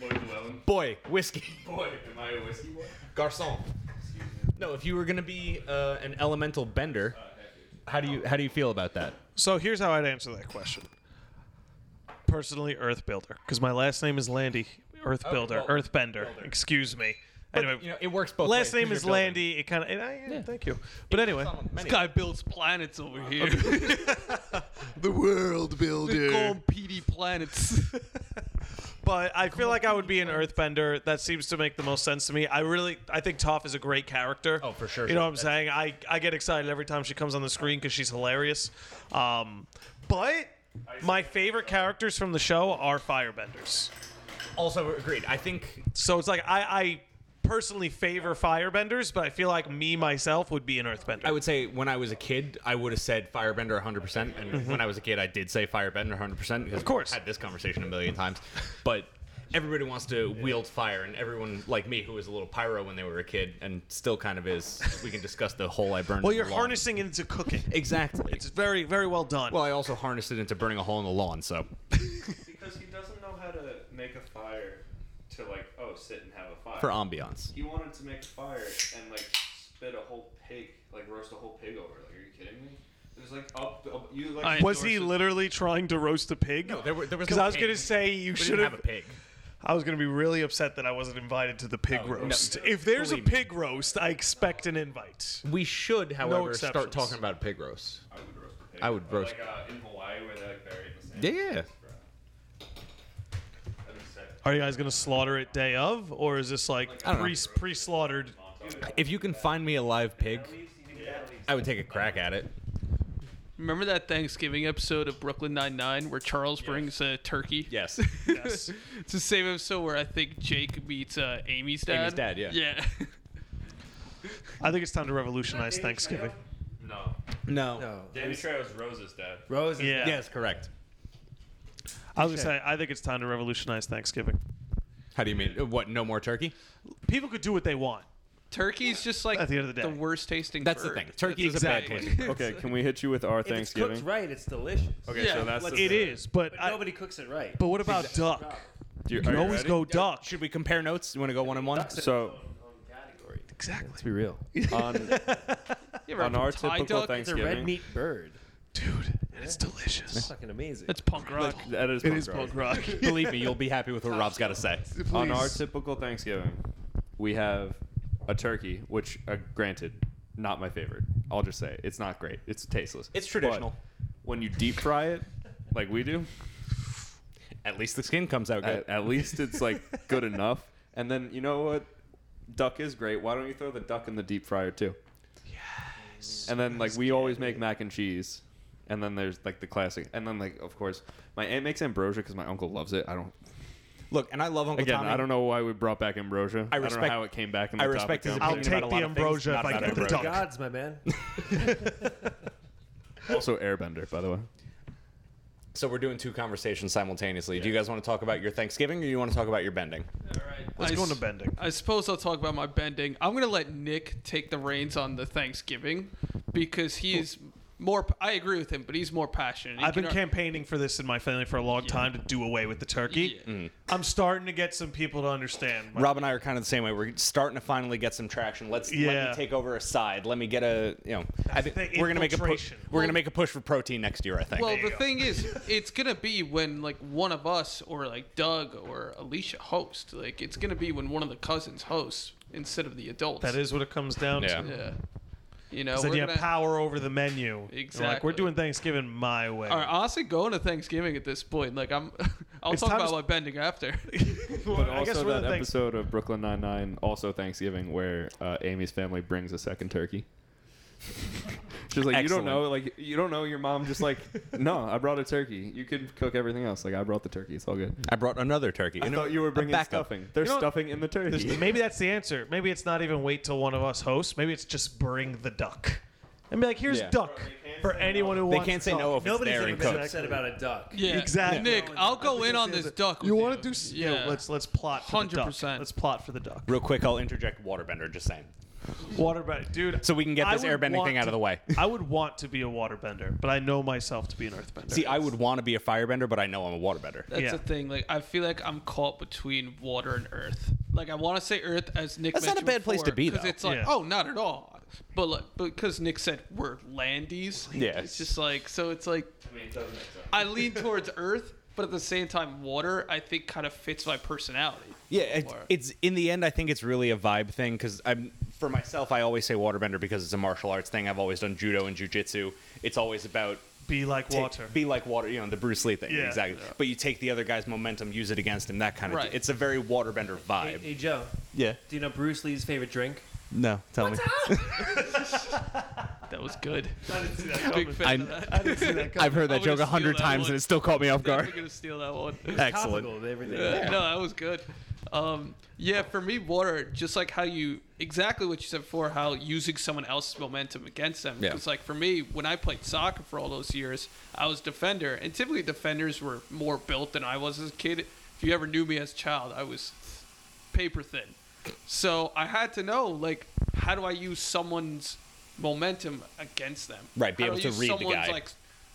S4: Llewellyn.
S5: boy, whiskey,
S4: Boy, am I a whiskey boy?
S5: garçon. No, if you were going to be uh, an elemental bender,
S4: Uh,
S5: how do you how do you feel about that?
S8: So here's how I'd answer that question. Personally, Earthbuilder, because my last name is Landy. Earthbuilder,
S5: well,
S8: Earthbender. Excuse me. anyway,
S5: you know, it works both ways,
S8: last
S5: 'cause
S8: name
S5: you're
S8: is
S5: building.
S8: Landy. It kind of. Thank you. But anyway,
S5: Many-
S6: This guy builds planets over here.
S9: The world
S6: they
S9: builder.
S6: call him PD Planets.
S8: but I feel like I would be an Earthbender. That seems to make the most sense to me. I really, I think Toph is a great character.
S5: Oh, for sure.
S8: You know what I'm saying? I, I get excited every time she comes on the screen because she's hilarious. Um, but my favorite characters from the show are Firebenders.
S5: Also agreed. I think
S8: So it's like I, I personally favor Firebenders, but I feel like me myself would be an Earthbender.
S5: I would say when I was a kid, I would have said Firebender 100%. And when I was a kid, I did say Firebender 100%. Because
S8: Of course.
S5: I had this conversation a million times. But everybody wants to wield fire, and everyone like me who was a little pyro when they were a kid and still kind of is, we can discuss the hole I burned.
S8: well,
S5: in
S8: you're
S5: the lawn.
S8: harnessing it into cooking.
S5: Exactly.
S8: It's very, very well done.
S5: well, I also harnessed it into burning a hole in the lawn, so.
S4: Because he doesn't know how to make a fire to like oh sit and have a fire.
S5: For ambiance.
S4: he wanted to make a fire and like spit a whole pig, like roast a whole pig over. it. Like, are you kidding me? It was like up, up you like.
S6: I-
S8: was he literally trying to roast a pig?
S5: No, there, were, there was
S8: Because
S5: no
S8: I was
S5: pig.
S8: gonna say you
S5: We
S8: should
S5: didn't have
S8: have.
S5: a pig.
S8: I was gonna be really upset that I wasn't invited to the pig
S5: Oh, no.
S8: roast. If there's a
S5: Believe me.
S8: pig roast, I expect an invite.
S5: We should, however, start
S8: exceptions.
S5: talking about a pig roast.
S4: I would roast a pig.
S5: I would
S4: Or,
S5: roast-
S4: Like uh, in Hawaii where they like bury it in the sand.
S5: Yeah.
S4: That'd be sick.
S8: Are you guys gonna slaughter it day of, or is this like
S5: I don't
S8: pre
S5: know.
S8: pre slaughtered?
S5: If you can find me a live pig, I would take a crack at it.
S6: Remember that Thanksgiving episode of Brooklyn Nine Nine where Charles brings a turkey?
S5: Yes.
S8: Yes.
S6: It's the same episode where I think Jake meets uh, Amy's dad.
S5: Amy's dad, yeah.
S6: Yeah.
S8: I think it's time to revolutionize Thanksgiving.
S4: No.
S5: no.
S7: No.
S4: Danny Trejo's Rose's dad.
S7: Rose is
S8: Yeah.
S5: Yes, correct.
S8: I was gonna say I think it's time to revolutionize Thanksgiving.
S5: How do you mean? Uh, What? No more turkey?
S8: People could do what they want.
S6: Turkey's just like
S8: At the end of the day.
S6: worst tasting
S5: That's
S6: bird.
S5: the thing. Turkey is a bad
S6: Exactly.
S5: thing.
S4: Okay, can we hit you with our
S7: If it's cooked
S4: Thanksgiving?
S7: right, it's delicious.
S4: Okay,
S6: Yeah,
S4: so that's
S7: let's-
S4: the
S8: It is, but
S7: But
S8: I,
S7: nobody cooks it right.
S8: but what about duck?
S4: Do you,
S8: You
S4: are
S8: can
S4: you
S8: always
S4: ready?
S8: go duck.
S5: Should we compare notes? You want to go one on one?
S4: So
S8: Exactly.
S7: Let's be real.
S4: on
S6: You ever
S4: On
S6: have
S4: our
S6: Thai
S4: typical
S6: duck?
S4: Thanksgiving-
S7: It's a red meat bird.
S8: Dude, and it's delicious.
S7: It's fucking amazing.
S6: That's punk rock.
S4: that is
S9: It
S4: punk
S9: is
S4: rock.
S9: punk rock.
S5: Believe me, you'll be happy with what Rob's got to say.
S4: on our
S9: Please.
S4: typical Thanksgiving, we have a turkey, which, uh, granted, not my favorite. I'll just say it's not great. It's tasteless.
S5: It's traditional.
S4: But when you deep fry it, like we do,
S5: At least the skin comes out good.
S4: at, at least it's like good enough. And then you know what? Duck is great. Why don't you throw the duck in the deep fryer too? Yes. And then like we always make mac and cheese. And then there's like the classic. And then like of course my aunt makes ambrosia because my uncle loves it. I don't.
S5: Look, and I love Uncle
S4: Again,
S5: Tommy.
S4: I don't know why we brought back ambrosia.
S5: I
S4: I, don't
S5: respect-
S4: know how it came back. In the
S5: I respect his
S4: topic
S8: I'll
S5: opinion
S8: take
S5: about a lot
S8: the
S5: of things,
S8: ambrosia
S5: not
S8: if I
S5: about
S8: get the
S5: ambrosia.
S8: duck.
S7: Gods, my man.
S4: Also, Airbender, by the way.
S5: So we're doing two conversations simultaneously. Do you guys want to talk about your Thanksgiving or you want to talk about your bending?
S6: All right.
S8: Let's
S6: I
S8: go into
S6: s-
S8: bending.
S6: I suppose I'll talk about my bending. I'm gonna let Nick take the reins on the Thanksgiving because he is more. I agree with him, but he's more passionate. He
S8: I've been
S6: can-
S8: campaigning for this in my family for a long time to do away with the turkey.
S6: Yeah.
S8: I'm starting to get some people to understand. My-
S5: Mm. Rob and I are kind of the same way. We're starting to finally get some traction. Let's let
S8: Yeah.
S5: me take over a side. Let me get a you know. I think
S8: the
S5: we're gonna make a push.
S8: infiltration.
S5: We're gonna make a push for protein next year. I think.
S6: Well, the thing is, it's gonna be when like one of us or like Doug or Alicia host. Like it's gonna be when one of the cousins hosts instead of the adults.
S8: that is what it comes down
S5: Yeah.
S8: to.
S6: Yeah. You know,
S8: 'Cause Then
S6: we're
S8: you have
S6: gonna,
S8: power over the menu. You're Like
S6: Exactly.
S8: we're doing Thanksgiving my way.
S6: All right, honestly, going to Thanksgiving at this point, like I'm, I'll
S8: It's
S6: talk
S8: time
S6: about
S8: to-
S6: my bending after.
S4: But
S8: I guess
S4: also
S8: we're
S4: that
S8: the thanks-
S4: episode of Brooklyn Nine Nine, also Thanksgiving, where uh, Amy's family brings a second turkey. She's like, you don't
S5: Excellent.
S4: know, like you don't know. Your mom just like, no, I brought a turkey. You can cook everything else. Like I brought the turkey. It's all good.
S5: I brought another turkey.
S4: I thought you were bringing
S5: backup.
S4: stuffing. There's
S8: You know-
S4: stuffing in the turkey.
S8: Maybe that's the answer. Maybe it's not even wait till one of us hosts. Maybe it's just bring the duck. And be like, here's
S4: Yeah.
S8: duck for anyone who
S5: They
S8: wants.
S5: can't say
S8: duck.
S5: no if it's
S7: Nobody's
S5: there
S7: ever
S5: and
S7: been
S5: cooked.
S7: upset about a duck.
S6: yeah,
S8: Exactly.
S6: Nick, I'll go in on this duck.
S8: You
S6: with
S8: want to do? s- Yeah.
S6: Yeah.
S8: Let's let's plot. Hundred
S6: 100%.
S8: percent. Let's plot for the duck.
S5: Real quick, I'll interject waterbender. Just saying,
S8: Waterbender, dude.
S5: so we can get
S8: I
S5: this
S8: would
S5: airbending
S8: want
S5: thing out of
S8: to-
S5: the way.
S8: I would want to be a waterbender, but I know myself to be an earthbender.
S5: See, I would want to be a firebender, but I know I'm a waterbender.
S6: That's
S8: Yeah.
S6: the thing. Like I feel like I'm caught between water and earth. Like I want to say earth as Nick.
S5: That's not a
S6: mentioned
S5: bad place to
S6: before,
S5: be,
S6: 'cause
S5: though.
S6: It's like
S8: Yeah.
S6: oh, not at all. But like, because Nick said we're landies.
S5: Yeah.
S6: It's just like so. It's like
S3: I mean, it doesn't make sense.
S6: I lean towards earth, but at the same time, water I think kind of fits my personality.
S5: Yeah, it,
S6: Or-
S5: it's in the end. I think it's really a vibe thing because I'm for myself. I always say waterbender because it's a martial arts thing. I've always done judo and jujitsu. It's always about
S8: be like
S5: take-
S8: water.
S5: be like water, you know, the Bruce Lee thing,
S8: Yeah.
S5: exactly. But you take the other guy's momentum, use it against him, that kind of.
S6: Right.
S5: It's a very waterbender
S7: Hey,
S5: vibe.
S7: hey, Joe,
S5: yeah.
S7: do you know Bruce Lee's favorite drink?
S5: No, tell me.
S6: That was good. Big fan
S5: I'm-
S6: of that.
S5: I've heard that
S6: I'm gonna
S5: joke a hundred
S6: steal that
S5: times
S6: one.
S5: and it still caught me off
S6: I'm
S5: guard.
S6: gonna steal that one.
S5: Excellent.
S7: Topical, everything.
S6: No, that was good. Um, yeah, for me, water, just like how you exactly what you said before, how using someone else's momentum against them.
S5: Yeah.
S6: Because like for me, when I played soccer for all those years, I was defender, and typically defenders were more built than I was as a kid. If you ever knew me as a child, I was paper thin. So I had to know like how do I use someone's momentum against them?
S5: Right, be
S6: How do
S5: able
S6: I
S5: to
S6: use
S5: read the
S6: someone's,
S5: guy.
S6: Like,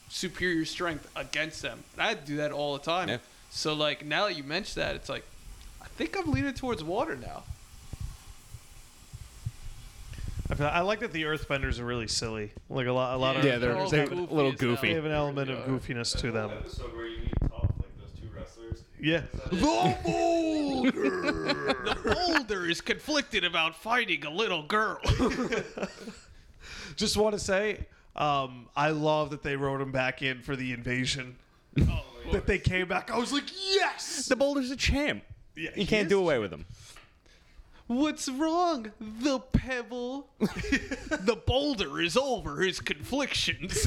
S6: superior strength against them. And I do that all the time.
S5: Yeah.
S6: So like now that you mention that, it's like I think I'm leaning towards water now.
S8: I, feel- I like that the earthbenders are really silly. Like a lot, a lot of
S5: Yeah, they're-
S8: earthbenders
S5: they're
S8: have an-
S5: a little goofy.
S8: They have an element of goofiness to them.
S4: episode where you talk like those two wrestlers.
S8: Yeah.
S6: Boulder is conflicted about fighting a little girl.
S8: Just want to say, um, I love that they wrote him back in for the invasion.
S4: Oh,
S8: that they came back. I was like, yes.
S5: The boulder's a champ.
S8: Yeah,
S5: You can't do away with him.
S6: What's wrong? The pebble. the boulder is over his conflictions.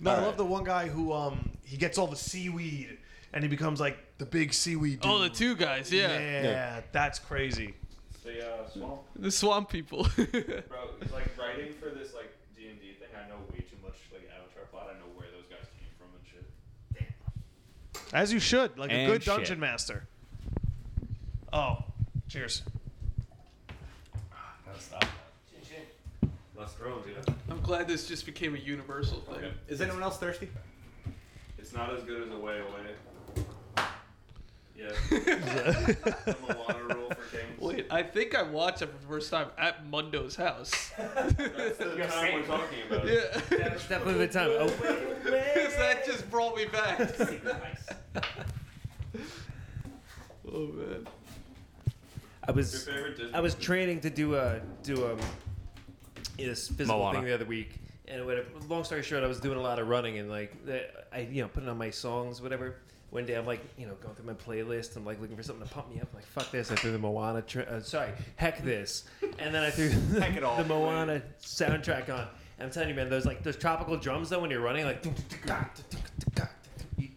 S8: No, I love the one guy who um he gets all the seaweed and he becomes like the big seaweed. Dude.
S6: oh, the two guys, yeah.
S8: Yeah, that's crazy.
S4: They uh, swamp
S6: The swamp people.
S4: bro. Like writing for this like D and D thing. I know way too much like Avatar plot. I know where those guys came from and shit.
S8: As you should, like
S5: And
S8: a good
S5: shit.
S8: dungeon master. Oh, cheers.
S4: Gotta stop that.
S3: Let's throw them, dude.
S6: I'm glad this just became a universal thing.
S5: Is anyone else thirsty?
S4: It's not as good as away away. Yeah. I'm a water rule for kings.
S6: Wait, I think I watched it for the first time at Mundo's house.
S4: That's the time we're talking about.
S6: Yeah.
S7: That's definitely the time. Oh,
S6: that just brought me back. oh man.
S7: I
S4: Your
S7: was
S4: favorite Disney?
S7: I was training to do a do a this physical
S5: Moana.
S7: thing the other week, and whatever. Long story short, I was doing a lot of running and like the- I you know putting on my songs whatever. One day I'm like you know going through my playlist, I'm like looking for something to pump me up. I'm like fuck this, I threw the Moana. Tra- uh, sorry, heck this, and then I threw the,
S5: Heck it all.
S7: the Moana soundtrack on. And I'm telling you, man, those like those tropical drums though when you're running, like you-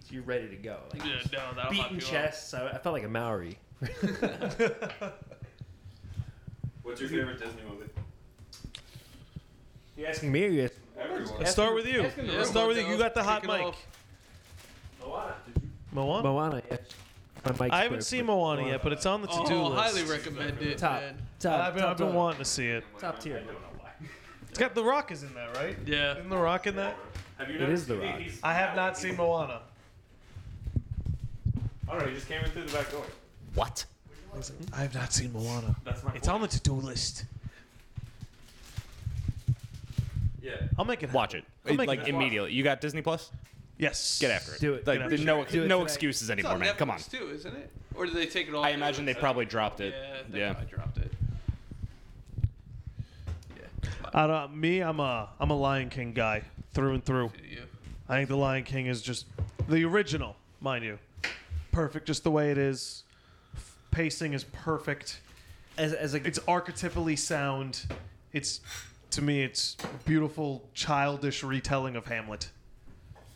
S7: you're ready to go, like
S6: Yeah, no, that'll
S7: beating chests. I, I felt like a Maori.
S4: What's your favorite Disney movie?
S7: You asking me? Or you
S4: Everyone.
S8: Let's start with you.
S7: Ask him the
S8: Let's start with you. You got the hot mic. Moana.
S7: Moana. Yes. My mic's
S8: I haven't
S7: broke,
S8: seen
S7: but-
S8: Moana yet, but it's on the to-do
S6: Oh,
S8: list.
S6: highly recommend it.
S7: Top,
S6: man.
S7: top,
S8: I've been,
S7: top,
S8: I've been
S7: top.
S8: wanting to see it.
S7: top tier.
S8: It's got The Rock is in that, right?
S6: Yeah.
S8: Isn't The Rock in that?
S4: Have you
S7: It is The Rock.
S8: I have not seen Moana.
S4: Oh no, he just came in through the back door.
S5: What?
S8: I have not seen Moana.
S4: That's my.
S8: It's on the to-do list.
S4: Yeah.
S8: I'll make it.
S5: Watch it.
S8: I'll make
S5: like
S8: it.
S5: immediately. You got Disney Plus?
S8: Yes.
S5: Get after it.
S7: Do it.
S5: Like
S8: Get after
S5: there's no
S7: Do it
S5: no
S7: tonight.
S5: excuses
S6: It's
S5: anymore,
S6: on
S5: man. Come on.
S6: Netflix too, isn't it? Or do they take it all?
S5: I
S6: down?
S5: imagine they probably dropped it.
S6: Yeah, they
S5: Yeah.
S6: probably dropped it. Yeah.
S8: I don't, me, I'm a I'm a Lion King guy through and through.
S6: Do you?
S8: I think the Lion King is just the original, mind you, perfect just the way it is. F- Pacing is perfect.
S7: As, as a,
S8: It's archetypally sound. It's to me, it's beautiful, childish retelling of Hamlet.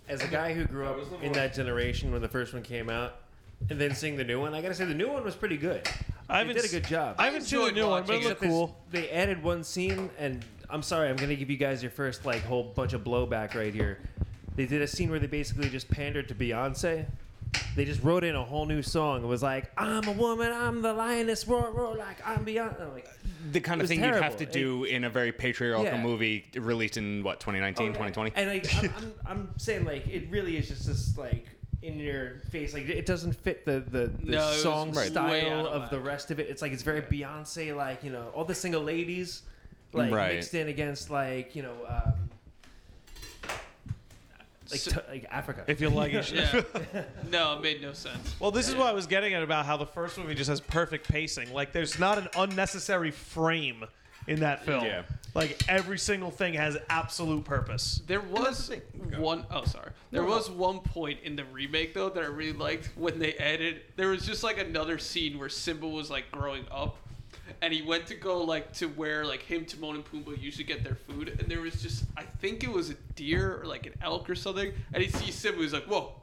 S7: as a guy who grew up in that generation when the first one came out, and then seeing the new one, I gotta say the new one was pretty good.
S8: I
S7: They did a good job.
S8: I haven't seen the
S6: enjoyed
S8: new one, but it
S6: watching
S8: looked
S6: it.
S7: Except there's-
S8: cool.
S7: They added one scene, and I'm sorry, I'm gonna give you guys your first like whole bunch of blowback right here. They did a scene where they basically just pandered to Beyonce. They just wrote in a whole new song. It was like, "I'm a woman, I'm the lioness, roar roar like I'm Beyonce." I'm like,
S5: The kind of
S7: It was
S5: thing you'd have
S7: terrible.
S5: to do in a very patriarchal
S7: Yeah. Oh,
S5: movie released in what 2019, 2020.
S7: And like, I'm, I'm, I'm saying like it really is just this like in your face like it doesn't fit the the, the
S6: No, it was
S7: song
S6: right. way out
S7: style
S6: of
S7: of the
S6: whack.
S7: rest of it. It's like it's very Beyonce like you know all the single ladies like
S5: Right.
S7: mixed in against like you know um, like
S6: So-
S7: t- like Africa.
S8: If you like it,
S6: Yeah. no, it made no sense.
S8: Well, this is what I was getting at about how the first movie just has perfect pacing. Like, there's not an unnecessary frame in that film.
S5: Yeah.
S8: Like, every single thing has absolute purpose.
S6: There was one oh sorry. There was one point in the remake though that I really liked when they added there was just like another scene where Simba was like growing up and he went to go like to where like him, Timon and Pumbaa usually get their food and there was just I think it was a deer or like an elk or something and he sees Simba he's like, Whoa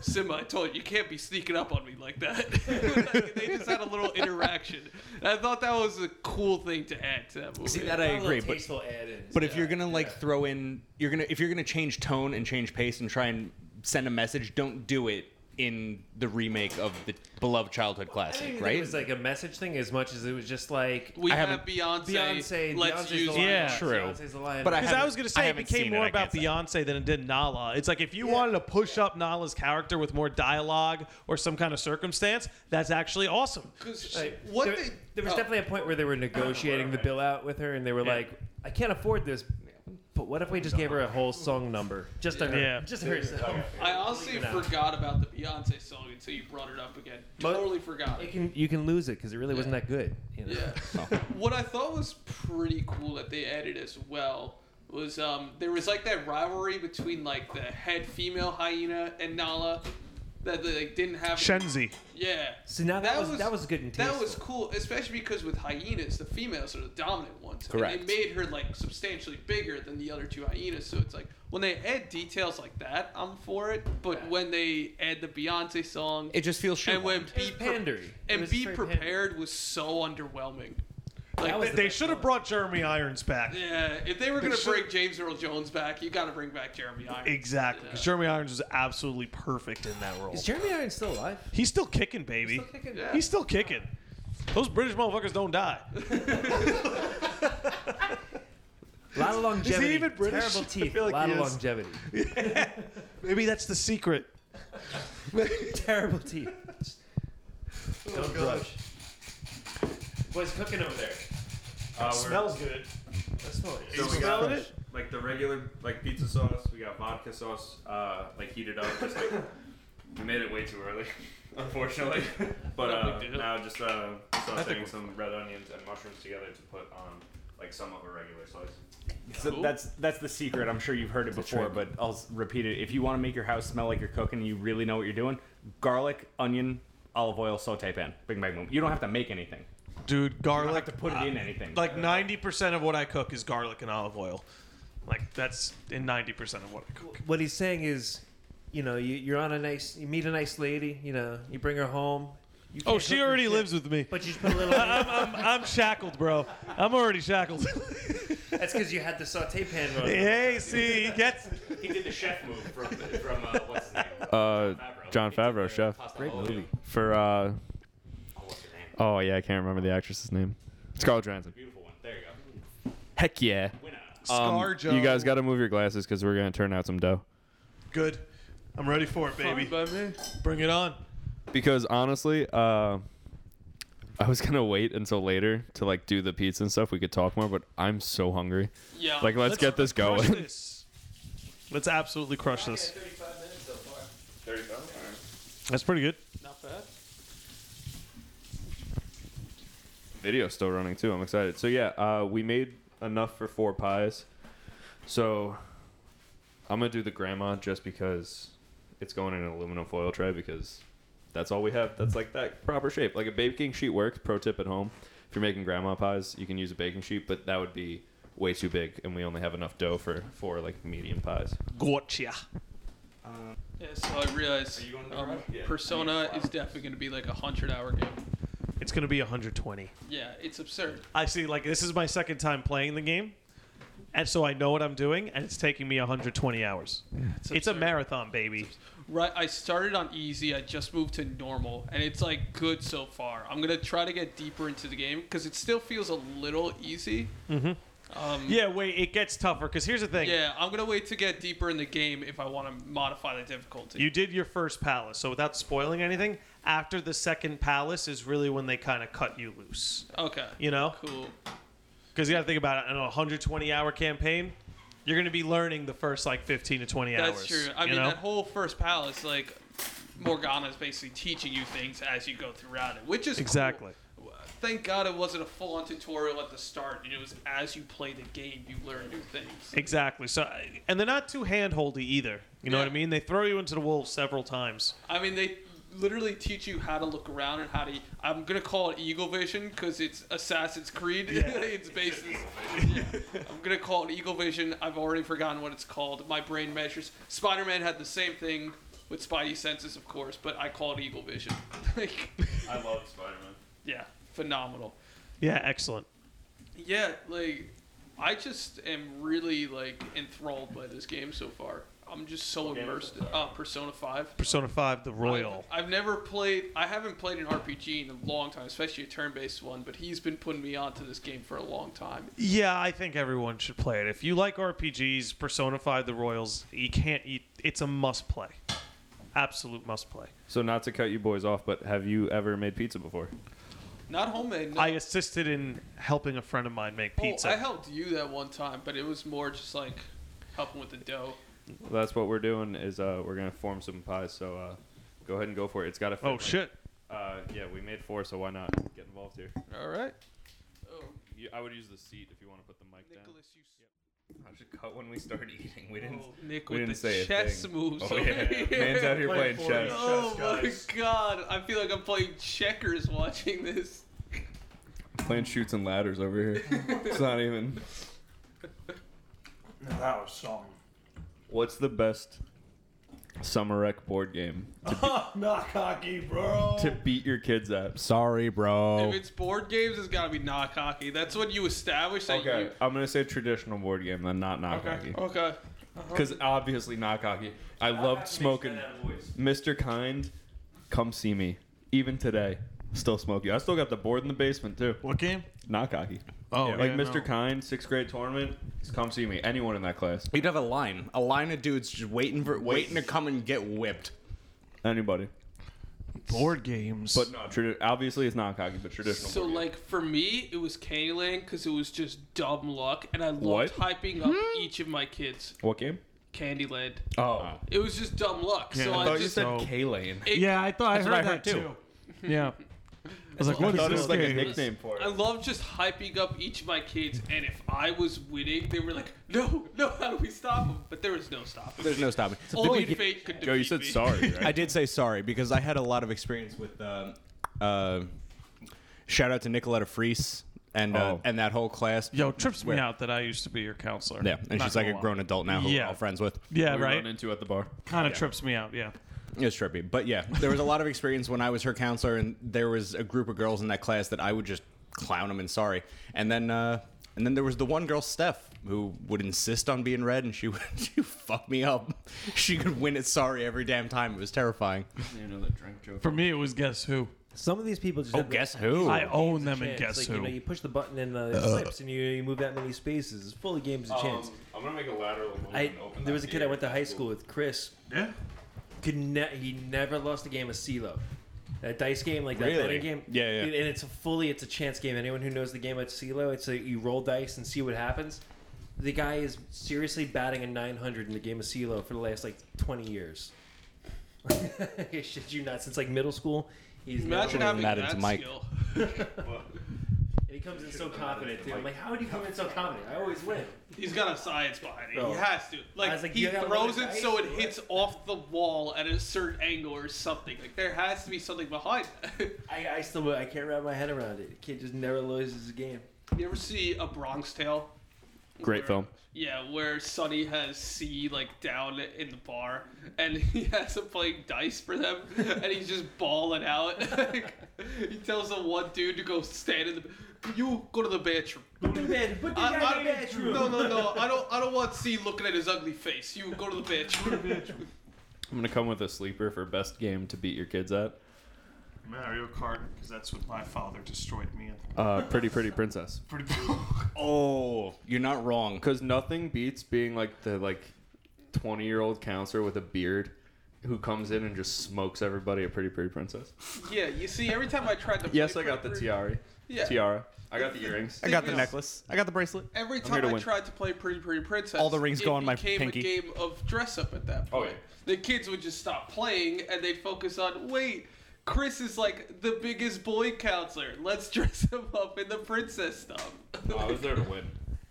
S6: Simba, I told you, you can't be sneaking up on me like that. Like, they just had a little interaction. And I thought that was a cool thing to add to that movie.
S5: See that I agree, but
S7: tasteful uh, add-ins.
S5: But if you're gonna like throw in, you're gonna if you're gonna change tone and change pace and try and send a message, don't do it in the remake of the beloved childhood
S7: I didn't
S5: classic,
S7: even
S5: right?
S7: think it was like a message thing as much as it was just like
S6: we
S5: I
S6: have
S5: haven't-
S6: Beyonce.
S7: Beyonce.
S6: let's
S7: Beyonce's
S6: use
S7: the lion.
S8: Yeah.
S5: True.
S7: Beyonce's the lion.
S5: But I
S8: Because I,
S5: haven't-
S8: was going to
S5: I
S8: say it
S5: haven't
S8: became
S5: seen it,
S8: more
S5: I
S8: about
S5: can't say.
S8: Beyonce than it did Nala. It's like if you wanted to push up Nala's character with more dialogue or some kind of circumstance, that's actually awesome.
S7: Like,
S6: what
S7: there,
S6: they,
S7: there was
S6: oh,
S7: definitely a point where they were negotiating the bill out with her, and they were like, "I can't afford this, but what if we just gave her a whole song number, just to her,
S8: Yeah.
S7: just herself?"
S6: I honestly forgot about the Beyonce song until you brought it up again.
S7: But-
S6: totally forgot.
S7: It can, you can lose it because it really wasn't that good. You know?
S6: Yeah. what I thought was pretty cool that they added as well was um there was like that rivalry between like the head female hyena and Nala that they like, didn't have
S8: Shenzi.
S6: Yeah.
S7: So now that was- that was good and
S6: That was
S7: tasteful.
S6: cool, especially because with hyenas, the females are the dominant ones.
S5: Correct.
S6: And they made her like substantially bigger than the other two hyenas. So it's like when they add details like that, I'm for it. But when they add the Beyonce song
S5: it just feels
S6: and when
S5: shoehorned.
S6: be
S7: was pandery. It
S6: and
S7: was
S6: be
S7: very
S6: prepared was so underwhelming. Like
S7: was
S6: they-
S7: the
S8: They
S7: best
S8: should have
S7: one.
S8: brought Jeremy Irons back.
S6: yeah, if they were gonna
S8: should-
S6: bring James Earl Jones back, you got to bring back Jeremy Irons.
S8: Exactly.
S6: Yeah.
S8: Because Jeremy Irons was absolutely perfect in that role.
S7: Is Jeremy Irons still alive?
S8: He's still kicking, baby. He's
S7: still kicking?
S6: Yeah.
S8: He's still kicking. Those British motherfuckers don't die.
S7: A lot of longevity.
S8: even British?
S7: Terrible
S8: I
S7: teeth.
S8: feel like
S7: a lot
S8: he
S7: of
S8: is.
S7: longevity.
S8: Maybe that's the secret.
S7: Terrible teeth. Don't brush. What's cooking over there?
S4: Uh,
S8: Smells good.
S7: That's
S4: So
S7: what
S8: You
S4: we got-
S8: smelling it?
S4: like the regular like pizza sauce. We got vodka sauce, uh, like heated up. Just like we made it way too early, unfortunately. But
S6: No
S4: uh,
S6: big deal.
S4: now just uh, sautéing some red onions and mushrooms together to put on like some of a regular slice.
S5: So
S6: Cool.
S5: that's that's the secret. I'm sure you've heard it before, but I'll s- repeat it. If you want to make your house smell like you're cooking, and you really know what you're doing. Garlic, onion, olive oil, saute pan, big bang boom. You don't have to make anything.
S8: Dude,
S5: You don't
S8: garlic. uh,
S5: have to put it in anything.
S8: Like 90% of what I cook is garlic and olive oil. Like, that's in 90% of what I cook.
S7: what he's saying is, you know, you, you're on a nice, you meet a nice lady, you know, you bring her home. You
S8: Oh,
S7: can't cook
S8: she
S7: her
S8: already
S7: shit,
S8: lives with me.
S7: But you just put a little.
S8: I'm, I'm, I'm shackled, bro. I'm already shackled.
S7: that's because you had the saute pan running.
S8: hey, see, he gets it.
S4: He did the chef move from from uh, what's his name?
S2: Uh, John Favreau, chef.
S4: Great movie.
S2: For uh,
S5: What's her name?
S2: oh yeah, I can't remember the actress's name. Scarlett Johansson.
S5: Beautiful one. There you go.
S2: Heck yeah.
S5: Winner.
S4: Um,
S9: Scarjo.
S4: You guys got to move your glasses because we're gonna turn out some dough.
S9: good. I'm ready for it, baby.
S6: Fine by me.
S9: Bring it on.
S4: Because honestly, uh, I was gonna wait until later to like do the pizza and stuff. We could talk more, but I'm so hungry.
S6: Yeah.
S4: Like, let's, get this
S8: Crush
S4: going.
S8: this. Let's absolutely crush this. That's pretty good.
S6: Not bad.
S4: Video's still running too. I'm excited. So yeah, uh, we made enough for four pies. So I'm gonna do the grandma just because it's going in an aluminum foil tray because that's all we have. That's like that proper shape. Like a baking sheet works. Pro tip at home: if you're making grandma pies, you can use a baking sheet, but that would be way too big, and we only have enough dough for four like medium pies.
S8: Gotcha.
S6: Yeah, so I realized um, Persona is definitely going to be like a 100 hour game.
S8: It's gonna be 120.
S6: Yeah, it's absurd.
S8: I see. Like this is my second time playing the game, and so I know what I'm doing, and it's taking me 120 hours. It's, a
S6: absurd.
S8: marathon, baby.
S6: Right, I started on easy. I just moved to normal, and it's like good so far. I'm gonna try to get deeper into the game because it still feels a little easy. Mm-hmm. Um, yeah.
S8: Yeah, wait. It gets tougher because here's the thing.
S6: I'm gonna wait to get deeper in the game if I want to modify the difficulty.
S8: You did your first palace, so without spoiling anything, after the second palace is really when they kind of cut you loose.
S6: okay?
S8: You know,
S6: Cool.
S8: because you got to think about it. In a 120 hour campaign, you're going to be learning the first like 15 to 20 hours.
S6: That's true. I
S8: you
S6: mean,
S8: know?
S6: that whole first palace, like Morgana is basically teaching you things as you go throughout it, which is cool.
S8: Exactly.
S6: Thank God it wasn't a full-on tutorial at the start. It was as you play the game, you learn new things.
S8: Exactly. So, and they're not too handholdy either. You know
S6: Yeah.
S8: what I mean? They throw you into the wolves several times.
S6: I mean, they literally teach you how to look around and how to. I'm gonna call it eagle vision because it's Assassin's Creed. it's based. Yeah. I'm gonna call it eagle vision. I've already forgotten what it's called. My brain measures. Spider-Man had the same thing with Spidey senses, of course, but I call it eagle vision. like,
S4: I love Spider-Man.
S6: yeah, phenomenal.
S8: Yeah, excellent.
S6: Yeah, like I just am really like enthralled by this game so far. I'm just so immersed. in Uh, Persona Five.
S8: Persona 5, the Royal.
S6: I've, I've never played. I haven't played an RPG in a long time, especially a turn-based one. But he's been putting me onto this game for a long time.
S8: Yeah, I think everyone should play it. If you like RPGs, Persona 5, the Royals, you can't. You, it's a must play. Absolute must play.
S4: So not to cut you boys off, but have you ever made pizza before?
S6: Not homemade. No.
S8: I assisted in helping a friend of mine make
S6: Oh,
S8: pizza.
S6: I helped you that one time, but it was more just like helping with the dough.
S4: That's what we're doing. Is uh, we're gonna form some pies. So uh, go ahead and go for it. It's got to.
S8: oh, shit.
S4: Uh, yeah, we made four, so why not get involved here?
S6: All right. Oh,
S4: You, I would use the seat if you want to put the mic
S6: Nicholas, you.
S4: down. I should cut when we start eating. We didn't.
S6: Oh, Nick
S4: we
S6: with
S4: didn't say
S6: the
S4: a
S6: chess
S4: thing.
S6: moves.
S4: Oh
S6: over
S4: yeah,
S6: here.
S4: man's out here playing
S7: Playing four
S4: chess.
S7: years.
S6: Oh
S7: Chess, guys.
S6: my god! I feel like I'm playing checkers watching this.
S4: Playing shoots and ladders over here. it's not even.
S9: That was something.
S4: What's the best summer rec board game
S9: Not cocky, bro.
S4: to beat your kids at?
S2: Sorry, bro.
S4: Oh.
S6: If it's board games, it's gotta be knock hockey. That's when you establish that
S4: Okay, I'm gonna say traditional board game, then not knock
S6: you.
S4: hockey.
S6: Okay.
S4: Because obviously not cocky. I loved smoking. Mr. Kind, come see me. Even today, still smoky. I still got the board in the basement too.
S9: What game?
S4: Not cocky.
S9: Oh,
S4: like Mr. Kind, sixth grade tournament. Come see me. Anyone in that class.
S5: You'd have a line, a line of dudes just waiting for, waiting to come and get whipped.
S4: Anybody.
S9: Board games.
S4: But no, tradi- obviously it's not cocky, but traditional.
S6: So
S4: board game.
S6: like for me, it was Candy Land because it was just dumb luck, and I loved
S4: What?
S6: hyping up
S4: Hmm?
S6: each of my kids.
S4: what game?
S6: Candyland.
S4: Oh,
S6: It was just dumb luck. So
S4: I
S6: I,
S4: thought you
S6: just
S4: said K Lane.
S6: it-
S9: yeah, I thought I heard,
S4: what I
S9: that
S4: heard,
S9: too. Yeah. I was like,
S4: I
S9: what is
S4: thought it
S9: this
S4: was like a
S9: game?
S4: nickname for
S6: I
S4: it.
S6: love just hyping up each of my kids, and if I was winning, they were like, "No, no, how do we stop him?" But there was no stopping.
S5: There's no stopping.
S6: Only fate could defeat
S4: Joe, you said
S6: me.
S4: sorry, right?
S5: I did say sorry because I had a lot of experience with. Um, uh, shout out to Nicoletta Fries and uh,
S4: Oh.
S5: and that whole class.
S8: Yo, it trips
S5: Where?
S8: me out that I used to be your counselor.
S5: Yeah, and
S8: Not
S5: she's like
S8: gonna
S5: a
S8: lie.
S5: grown adult now who
S8: Yeah.
S5: we're all friends with.
S8: Yeah,
S4: We
S8: right.
S4: run into at the bar.
S8: Kind of trips me out. Yeah.
S5: It's trippy, but yeah, there was a lot of experience when I was her counselor, and there was a group of girls in that class that I would just clown them and sorry, and then uh, and then there was the one girl Steph who would insist on being red, and she would she would fuck me up. She could win at sorry every damn time. It was terrifying.
S9: For me, it was guess who.
S7: Some of these people just
S5: Oh,
S7: have the-
S5: guess who?
S7: these
S10: I
S7: are
S10: own
S7: games of
S10: them and
S7: chance.
S10: guess
S7: like,
S10: who.
S7: You know, you push the button and uh, it flips, and you, you move that many spaces. It's fully games of chance.
S4: Um, I'm gonna make a lateral. Move
S7: Um, I there was a kid I went to high school with, Chris.
S10: Yeah.
S7: Could ne- he never lost a game of CeeLo. That dice game, like that
S5: Really?
S7: betting game,
S5: Yeah, yeah.
S7: Dude, and it's a fully it's a chance game. Anyone who knows the game at CeeLo, it's like you roll dice and see what happens. The guy is seriously batting a 900 in the game of CeeLo for the last like 20 years. Should you not? Since like middle school, he's never
S6: Imagine
S7: won.
S6: having
S5: Madden
S6: that
S5: to Mike.
S6: skill.
S7: And he comes in so confident too. I'm like, how do you come in so confident? I always win.
S6: He's got a science behind it.
S7: Bro.
S6: He has to.
S7: I
S6: Like,
S7: was like,
S6: he
S7: you gotta
S6: throws
S7: roll
S6: it
S7: the
S6: so
S7: dice,
S6: it
S7: or
S6: hits off the wall at a certain angle or something. Like there has to be something behind that.
S7: I, I still I can't wrap my head around it. The kid just never loses a game.
S6: you ever see a Bronx Tale?
S4: Great
S6: Where-
S4: film.
S6: Yeah, where Sonny has C like down in the bar, and he has him playing dice for them, and he's just balling out. he tells the one dude to go stand in the. You go to the bathroom.
S7: Put the bed, put the
S6: I-
S7: guy
S6: I-
S7: in the bathroom.
S6: No, no, no. I don't. I don't want C looking at his ugly face. You go to the bathroom.
S4: I'm gonna come with a sleeper for best game to beat your kids at.
S10: Mario Kart, because that's what my father destroyed me in.
S4: Uh, pretty pretty princess.
S10: Pretty
S5: Oh, you're not wrong.
S4: Because nothing beats being like the like twenty year old counselor with a beard who comes in and just smokes everybody a pretty pretty princess.
S6: yeah, you see, every time I tried to.
S4: Yes,
S6: play
S4: I got the
S6: Pretty-
S4: tiara.
S6: Yeah.
S4: Tiara. I got the earrings.
S5: I got the
S6: Yes.
S5: necklace. I got the bracelet.
S6: Every
S4: here
S6: time
S4: to
S6: I
S4: win.
S6: tried to play Pretty Pretty Princess,
S5: All the rings
S6: it
S5: go on my
S6: became
S5: pinky.
S6: a game of dress up at that
S4: Oh,
S6: point. The kids would just stop playing and they'd focus on wait. Chris is like the biggest boy counselor. Let's dress him up in the princess stuff.
S4: I was there to win.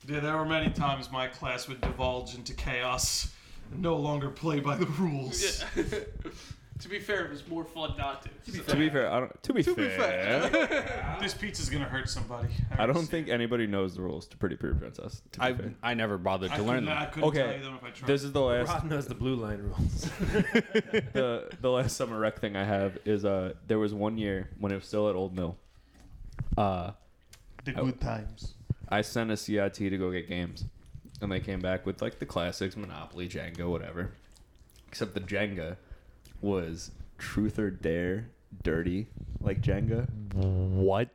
S10: Yeah, there were many times my class would divulge into chaos and no longer play by the rules.
S6: yeah. to be fair, it was more fun not to. so.
S4: To be fair, I don't. To be
S6: To
S4: fair,
S6: be fair.
S10: This pizza's gonna hurt somebody.
S4: I
S10: already
S4: don't
S10: see it.
S4: think anybody knows the rules to Pretty Pretty Princess. To be
S5: I
S4: fair.
S5: I never bothered
S10: I
S5: to learn
S10: couldn't- I
S5: them.
S10: couldn't tell
S4: Okay,
S10: you them if I tried.
S4: this is the last
S7: Rob knows the blue line rules.
S4: the the last summer rec thing I have is uh there was one year when it was still at Old Mill. Uh,
S10: the good times.
S4: I sent a CIT to go get games, and they came back with like the classics: Monopoly, Jenga, whatever. Except the Jenga was Truth or Dare, dirty like Jenga.
S5: What?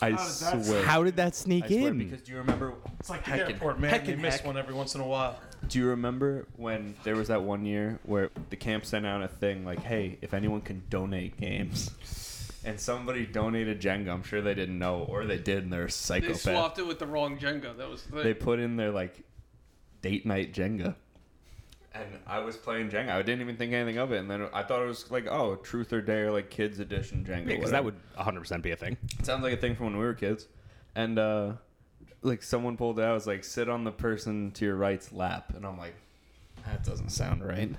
S4: I
S10: does that
S4: swear.
S5: How did that sneak
S4: I swear,
S5: in?
S4: because do you remember?
S8: It's like the
S4: Heckin-
S8: airport, man. They
S4: heckin'
S8: miss
S4: heck.
S8: one every once in a while.
S4: Do you remember when there was that one year where the camp sent out a thing like, "Hey, if anyone can donate games," and somebody donated Jenga. I'm sure they didn't know, or they did, and they're a
S6: they
S4: psychopath.
S6: swapped it with the wrong Jenga. That was the
S4: They put in their like date night Jenga, and I was playing Jenga. I didn't even think anything of it, and then I thought it was like, "Oh, Truth or Dare," like kids edition Jenga.
S5: Because
S4: whatever.
S5: that would 100% be a thing.
S4: Sounds like a thing from when we were kids. And uh like someone pulled it out, it was like, sit on the person to your right's lap. And I'm like, that doesn't sound right.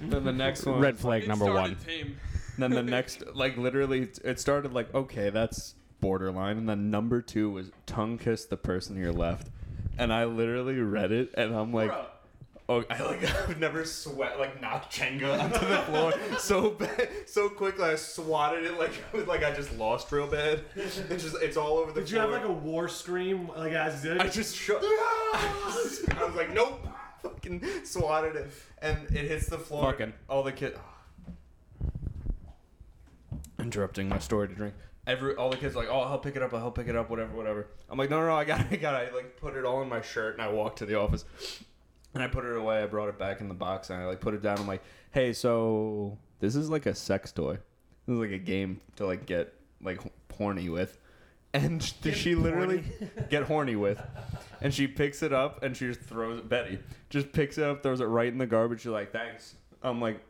S4: then the next one
S5: Red flag
S6: It
S5: number
S6: started
S5: one.
S6: tame.
S4: then the next like literally it started like, okay, that's borderline. And then number two was tongue kiss the person to your left. And I literally read it and I'm like
S6: Bruh.
S4: Oh, I like I would never sweat like knocked Jenga onto the floor so bad, so quickly. I swatted it like like I just lost real bad. It's just it's all over the
S7: Did
S4: floor.
S7: war scream like as
S4: I just shut. I was like, nope. Fucking swatted it, and it hits the floor.
S5: Fucking.
S4: all the kids. Interrupting my story to drink. Every all the kids are like, oh, I'll pick it up. I'll pick it up. Whatever, whatever. I'm like, no, no, no I got, it, I got. it. I like put it all in my shirt, and I walked to the office, and I put it away. I brought it back in the box, and I like put it down. I'm like, hey, so this is like a sex toy. This is like a game to like get like horny with. And she literally get horny with. And she picks it up and she just throws it. Betty just picks it up, throws it right in the garbage. She's like, "Thanks." I'm like,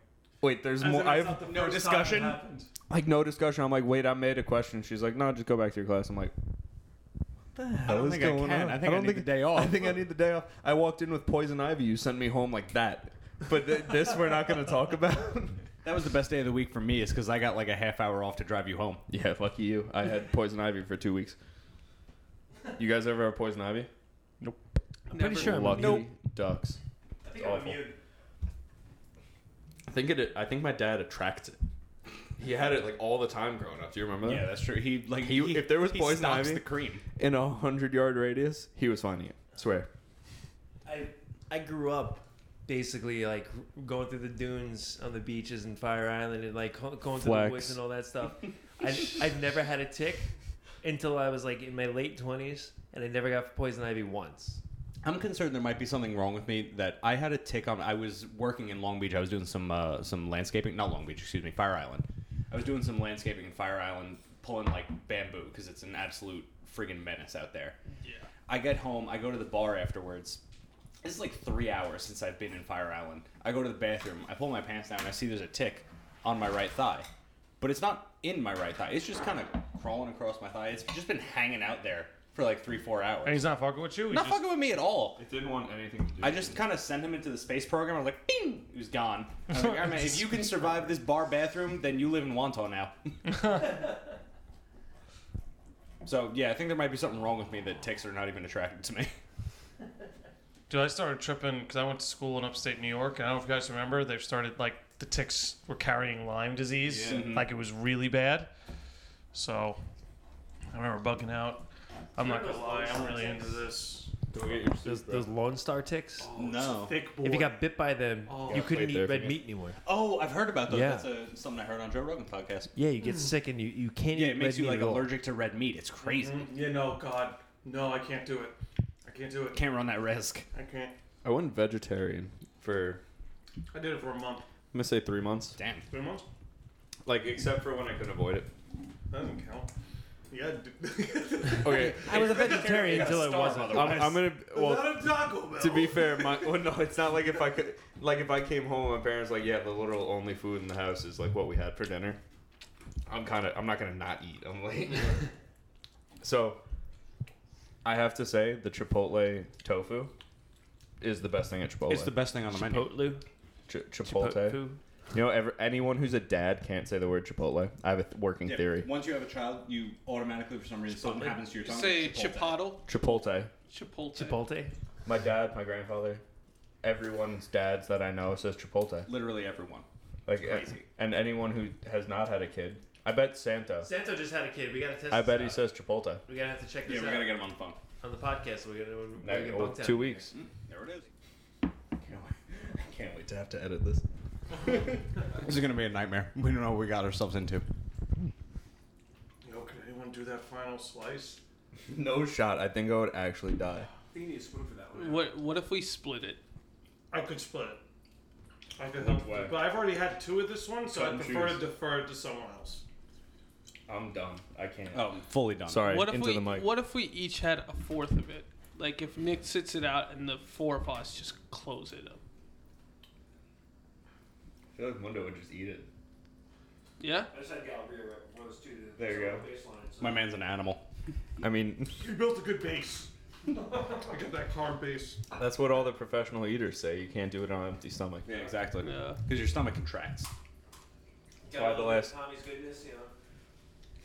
S4: "Wait, there's more." I have
S10: No discussion.
S4: like no discussion. I'm like, "Wait, I made a question." She's like, "No, just go back to your class." I'm like, "What the hell
S5: don't
S4: is
S5: think I
S4: going
S5: can.
S4: on?"
S5: I think I
S4: don't
S5: need the day off.
S4: I think I need the day off. I walked in with poison ivy. You sent me home like that. But th- this we're not going to talk about.
S5: That was the best day of the week for me, is because I got like a half hour off to drive you home.
S4: yeah, lucky you. I had poison ivy for two weeks. You guys ever have poison ivy?
S7: I'm pretty sure I'm
S4: Lucky
S7: nope.
S4: ducks.
S3: I think
S4: It's
S3: I'm
S4: awful.
S3: immune.
S4: I think it. I think my dad attracts it. He had it like all the time growing up. Do you remember? that?
S5: that's true. He like
S4: He- if there was poison
S5: stocks
S4: ivy-
S5: the cream.
S4: in a hundred yard radius, he was finding it. Swear.
S7: I I grew up basically like going through the dunes on the beaches and Fire Island and like go- going through the
S4: Flex.
S7: woods and all that stuff. I, I've never had a tick until I was like in my late twenties, and I never got poison ivy once.
S5: I'm concerned there might be something wrong with me that I had a tick on. I was working in Long Beach. I was doing some uh, some landscaping, not Long Beach, excuse me, Fire Island. I was doing some landscaping in Fire Island, pulling like bamboo because it's an absolute friggin' menace out there. Yeah. I get home. I go to the bar afterwards. It's like three hours since I've been in Fire Island. I go to the bathroom. I pull my pants down. and I see there's a tick on my right thigh, but it's not in my right thigh. It's just kind of crawling across my thigh. It's just been hanging out there for like three, four hours.
S8: And he's not fucking with you. He's
S5: not
S8: just,
S5: fucking with me at all.
S4: It didn't want anything to do.
S5: I just kind of sent him into the space program. I was like, bing, he was gone. I was like, all right, man, if you can survive this bar bathroom, then you live in Wonton now. so, yeah, I think there might be something wrong with me that ticks are not even attracted to me.
S8: dude, I started tripping because I went to school in upstate New York, and I don't know if you guys remember, they've started like the ticks were carrying Lyme disease,
S10: Mm-hmm.
S8: like it was really bad. So I remember bugging out. I'm not gonna lie, I'm really into this.
S7: Those, those Lone Star ticks. Oh,
S5: no.
S10: Thick boy.
S7: If you got bit by them, you couldn't
S2: Wait there
S7: eat
S2: for
S7: red
S2: me.
S7: meat anymore.
S5: Oh, I've heard about those.
S7: Yeah.
S5: That's a, something I heard on Joe Rogan's podcast.
S7: Yeah, you get sick and you, you can't
S5: Hmm. Yeah,
S7: eat
S5: it makes
S7: red
S5: you
S7: meat
S5: like
S7: at all.
S5: allergic to red meat. It's crazy.
S10: Mm, yeah, no, God, no, I can't do it. I can't do it.
S5: Can't run that risk.
S10: I can't.
S4: I went vegetarian for
S10: I did it for a month.
S4: I'm gonna say three months.
S5: Damn.
S10: Three months?
S4: Like except for when I could avoid it.
S10: That doesn't count. Yeah.
S4: Okay,
S7: I was a vegetarian
S5: You gotta
S7: until I
S5: starve
S7: wasn't.
S5: otherwise.
S4: I'm, I'm gonna. Well,
S10: not a Taco Bell.
S4: to be fair, my well, no, it's not like if I could. Like if I came home, my parents like, yeah, the literal only food in the house is like what we had for dinner. I'm kind of. I'm not gonna not eat. I'm like. so, I have to say the Chipotle tofu is the best thing at Chipotle.
S5: It's the best thing on the menu.
S7: Chipotle.
S4: Ch- Chipotle. You know, ever, anyone who's a dad can't say the word Chipotle. I have a th- working theory.
S5: Once you have a child, you automatically, for some reason, something happens to your tongue.
S6: Say
S5: it's Chipotle.
S6: chipotle,
S4: Chipotle.
S6: chipotle,
S7: Chipotle.
S4: My dad, my grandfather, everyone's dads that I know says Chipotle.
S5: Literally everyone.
S4: Like, eh,
S5: Crazy.
S4: and anyone who has not had a kid, I bet Santa.
S7: Santo just had a kid. We gotta test.
S4: I
S7: this
S4: bet he
S7: out.
S4: says Chipotle.
S7: We're gonna have to check this
S5: Yeah, we
S7: out
S5: gotta get him on the phone.
S7: on the podcast. We're gonna. We're gonna get
S4: Well,
S7: bunked out.
S4: oh, two weeks.
S5: Mm, There it is.
S4: I can't wait to have to edit this.
S5: This is gonna be a nightmare. We don't know what we got ourselves into.
S10: Yo, can anyone do that final slice?
S4: No shot. I think I would actually die.
S10: I think you need a spoon for that one.
S6: What what if we split it?
S10: I could split it. I could help.
S4: Why?
S10: But I've already had two of this one, so
S4: Cut
S10: I
S4: and
S10: prefer
S4: choose.
S10: to defer it to someone else.
S4: I'm done. I can't.
S5: Oh, fully done.
S4: Sorry.
S6: What if
S4: into
S6: we
S4: the mic.
S6: what if we each had a fourth of it? Like if Nick sits it out and the four of us just close it up.
S4: I feel like Mundo would just eat it.
S6: Yeah?
S7: I just had Galleria rose two.
S4: There you go.
S5: My man's an animal.
S4: I mean,
S10: You built a good base. I got that carb base.
S4: that's what all the professional eaters say. You can't do it on an empty stomach.
S5: Yeah, exactly.
S6: Yeah.
S5: Because your stomach contracts.
S4: Why the last-
S7: Tommy's goodness, you know.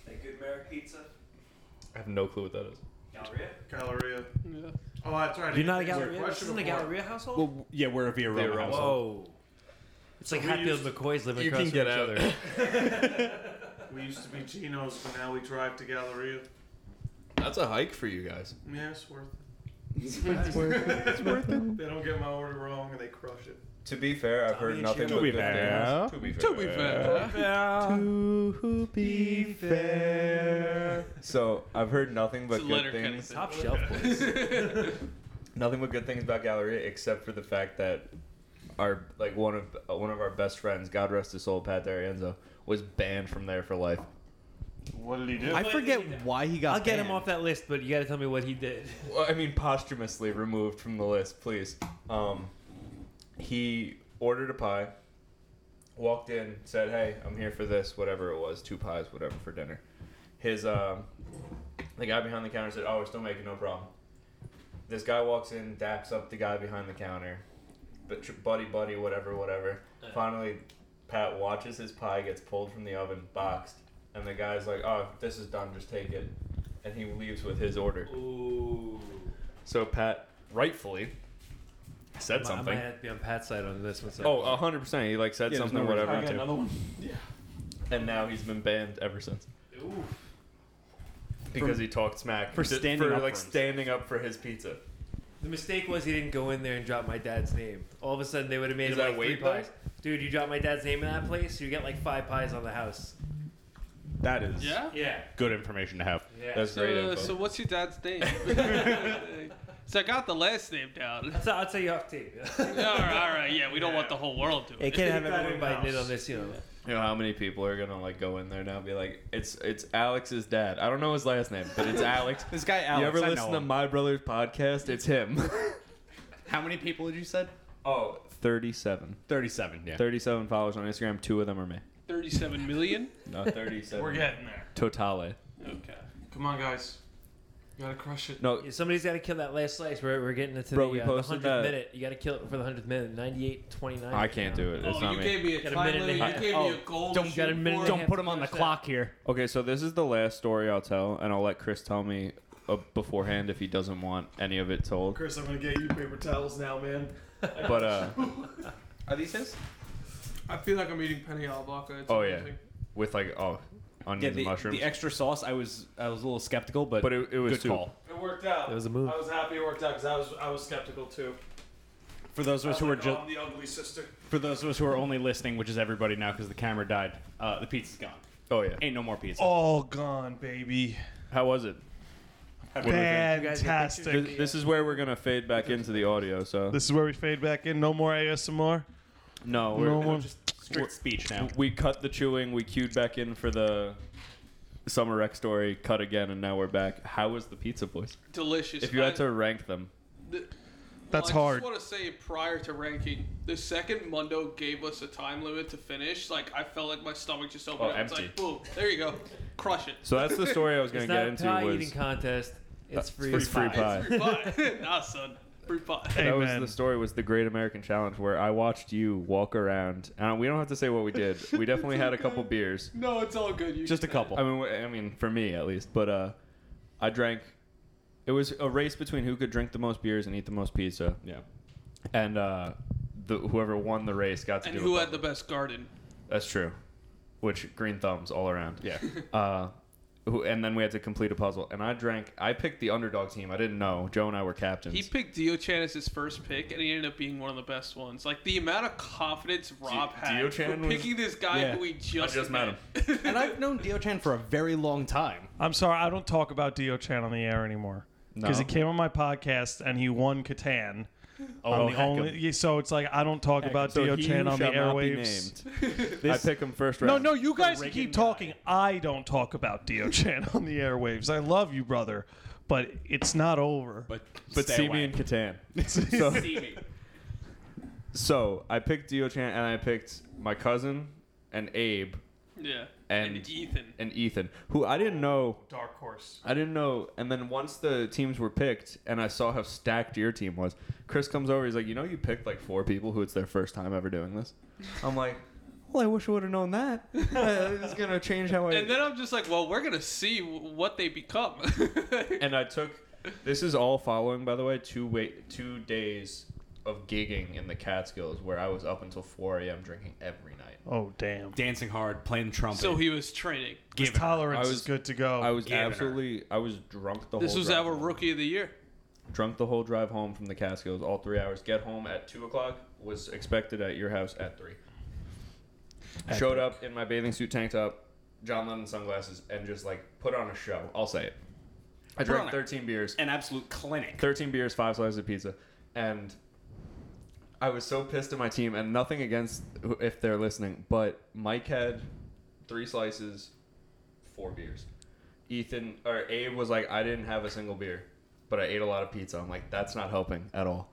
S7: That good Merrick pizza.
S4: I have no clue what that is.
S7: Galleria.
S10: Galleria.
S6: Yeah.
S10: Oh, that's right.
S7: You're not a
S10: Answer
S7: Galleria. This
S10: question
S7: isn't a
S10: before.
S7: Galleria household.
S5: Well, yeah, we're a Via Roma.
S4: Roma.
S5: household.
S7: Whoa. It's like
S10: We
S7: Hatfield
S10: used-
S7: McCoy's living
S4: you
S7: across
S4: can
S7: from
S4: get out.
S7: each other.
S10: We used to be Geno's, but now we drive to Galleria.
S4: That's a hike for you guys.
S10: Yeah, it's worth it. it's worth it. They don't get my order wrong and they crush it.
S4: To be fair, I've heard nothing but
S9: be
S4: good
S9: fair.
S4: things. To be fair.
S6: To be fair.
S4: To be fair. So I've heard nothing but
S6: It's a
S4: good
S6: letter
S4: things.
S6: kind
S7: Top shelf place.
S4: Nothing but good things about Galleria, except for the fact that our like one of uh, one of our best friends, God rest his soul, Pat D'Arienzo, was banned from there for life.
S10: What did he do?
S5: I forget why he got.
S7: I'll get him
S5: banned.
S7: off that list, but you gotta tell me what he did.
S4: Well, I mean, posthumously removed from the list, please. Um, he ordered a pie, walked in, said, "Hey, I'm here for this, whatever it was, two pies, whatever for dinner." His um, the guy behind the counter said, "Oh, we're still making no problem." This guy walks in, daps up the guy behind the counter, but tr- buddy, buddy, whatever, whatever. Finally, Pat watches his pie gets pulled from the oven, boxed, and the guy's like, "Oh, this is done. Just take it," and he leaves with his order.
S7: Ooh.
S4: So Pat rightfully said
S7: I might
S4: something.
S7: have to be on Pat's side on this one. so-
S4: Oh, hundred percent. He like said
S5: Yeah, there's
S4: something,
S5: no reason.
S4: whatever,
S10: I got
S4: to-
S10: another one.
S4: and now he's been banned ever since
S7: Ooh.
S4: because he talked smack
S5: for
S4: Just
S5: standing
S4: for
S5: up
S4: like
S5: for himself.
S4: standing up for his pizza.
S7: The mistake was he didn't go in there and drop my dad's name. All of a sudden, they would have made
S4: Is
S7: him
S4: that
S7: like
S4: a
S7: three
S4: weight though?
S7: pies. Dude, you drop my dad's name in that place, you get like five pies on the house.
S5: That is
S6: Yeah.
S7: Yeah.
S5: good information to have. That's
S6: So,
S5: great info.
S6: so what's your dad's name? so I got the last name down.
S7: So I'll tell you off tape.
S6: all right, all right, yeah, we don't want the whole world to.
S7: Hey, can't have
S10: Keep that
S7: everyone biting
S10: in-house.
S7: in on this, you know.
S4: You know how many people are gonna like go in there now and be like, it's it's Alex's dad. I don't know his last name, but it's Alex.
S5: this guy Alex,
S4: you ever
S5: I
S4: listen to
S5: know him.
S4: My Brother's podcast? It's him.
S5: How many people had you said?
S4: oh, 37.
S5: 37, yeah.
S4: 37 followers on Instagram. Two of them are me.
S6: Thirty-seven million.
S4: No, 37.
S10: We're getting there.
S4: Totale.
S6: Okay.
S10: Come on, guys. You gotta crush it.
S4: No,
S7: Yeah, Somebody's got to kill that last slice. We're, we're getting into
S4: Bro,
S7: the,
S4: we
S7: uh, the
S4: posted
S7: 100th
S4: that-
S7: minute. You got to kill it for the 100th minute. 98 29.
S4: I can't do it. It's
S6: oh,
S4: not
S6: you
S4: me.
S6: gave me a
S7: Got a
S6: time
S7: minute and a
S6: limit.
S7: half.
S6: You gave me a
S7: Oh,
S6: goal.
S7: don't-
S6: to
S7: got a
S6: shoot
S7: minute
S6: for.
S7: and a half.
S6: Don't-
S7: put 'em on the clock
S5: here.
S4: Okay, so this is the last story I'll tell, and I'll let Chris tell me uh, beforehand if he doesn't want any of it told.
S10: Chris, I'm gonna get you paper towels now, man.
S4: But uh,
S5: Are these his?
S6: I feel like I'm eating penny albaca. It's
S4: oh yeah,
S6: amazing.
S4: with like oh, onions
S5: Yeah,
S4: and
S5: the,
S4: mushrooms.
S5: the extra sauce, I was I was a little skeptical, but,
S4: but it, it was
S5: good
S4: soup.
S5: call.
S10: It worked out.
S7: It was a move.
S10: I was happy it worked out because I was I was skeptical too.
S5: For those of us who are
S10: Like,
S5: just
S10: oh, I'm the ugly sister.
S5: for those of us who are only listening, which is everybody now because the camera died, uh, the pizza's gone.
S4: Oh yeah,
S5: Ain't no more pizza.
S8: All gone, baby.
S4: how was it?
S8: Fantastic.
S4: This, this is where we're gonna fade back into the audio. So
S8: This is where we fade back in. No more ASMR.
S4: no, we're,
S8: No more.
S5: Strict speech now.
S4: we cut the chewing, we queued back in for the summer rec story, cut again, and now we're back. How was the pizza, boys?
S6: Delicious.
S4: If you had
S6: I-
S4: to rank them,
S6: the-
S8: That's
S6: Well, I
S8: hard.
S6: just want to say prior to ranking, the second Mundo gave us a time limit to finish. Like I felt like my stomach just opened
S4: Oh,
S6: up. It's
S4: empty.
S6: like boom, there you go, crush it.
S4: so that's the story I was gonna
S7: It's not
S4: get
S7: a
S4: into.
S7: pie
S4: was
S7: eating contest. It's free,
S4: it's free pie.
S6: Free pie. nah, son. Free pie.
S8: Hey.
S4: That was
S8: Amen.
S4: the story. Was the Great American Challenge where I watched you walk around, and we don't have to say what we did. We definitely had a couple beers.
S6: No, it's all good. You
S5: Just a couple.
S4: I mean, wh- I mean, for me at least. But uh, I drank. It was a race between who could drink the most beers and eat the most pizza,
S5: yeah.
S4: and uh, the, whoever won the race got to
S6: and
S4: do.
S6: who
S4: it.
S6: had the best garden?
S4: That's true. Which green thumbs all around.
S5: Yeah.
S4: Uh, who, and then we had to complete a puzzle, and I drank. I picked the underdog team. I didn't know Joe and I were captains.
S6: He picked Diochan as his first pick, and he ended up being one of the best ones. Like the amount of confidence Rob had
S4: Diochan
S6: for
S4: was-
S6: picking this guy
S5: Yeah.
S6: who we just,
S4: just met
S6: him.
S5: And I've known Dio Chan for a very long time.
S8: I'm sorry, I don't talk about Dio Chan on the air anymore because he
S4: No.
S8: came on my podcast and he won Catan.
S4: Oh,
S8: I'm the
S4: heck 'em.
S8: only- yeah, so it's like I don't talk about
S4: So
S8: Dio
S4: he
S8: Chan on the
S4: shall not be
S8: airwaves.
S4: named. I pick him first round.
S8: No, no, you guys can keep talking. I don't talk about Dio Chan on the airwaves. I love you, brother, but it's not over.
S5: But
S4: But
S5: stay
S4: see
S5: away.
S4: me in Catan. so,
S5: See me.
S4: so I picked Diochan and I picked my cousin and Abe
S6: yeah,
S4: And-
S6: and Ethan.
S4: and Ethan, who I didn't know.
S10: Dark horse.
S4: I didn't know. And then once the teams were picked and I saw how stacked your team was, Chris comes over. He's like, You know, you picked like four people who it's their first time ever doing this. I'm like, Well, I wish I would have known that. it's going to change how I.
S6: And then I'm just like, well, we're gonna see w- what they become.
S4: and I took this is all following by the way two wait two days of gigging in the Catskills where I was up until 4 a.m. drinking every night.
S8: oh damn,
S5: Dancing hard, playing the trumpet.
S6: so he was training.
S8: his tolerance
S4: I
S8: is
S4: was-
S8: good to go.
S4: I was
S5: giving her.
S4: absolutely I was drunk the
S6: This
S4: whole
S6: was
S4: drive
S6: our
S4: home.
S6: rookie of the year.
S4: drunk the whole drive home from the Catskills all three hours. Get home at two o'clock was expected at your house at three. Showed up in my bathing suit, tank top, John Lennon sunglasses, and just like put on a show. I'll say it. I
S5: on
S4: drank
S5: a-
S4: 13 beers.
S5: an absolute clinic.
S4: 13 beers, five slices of pizza, and I was so pissed at my team. And nothing against who- if they're listening, but Mike had three slices, four beers. Ethan or Abe was like, I didn't have a single beer, but I ate a lot of pizza. I'm like, that's not helping at all.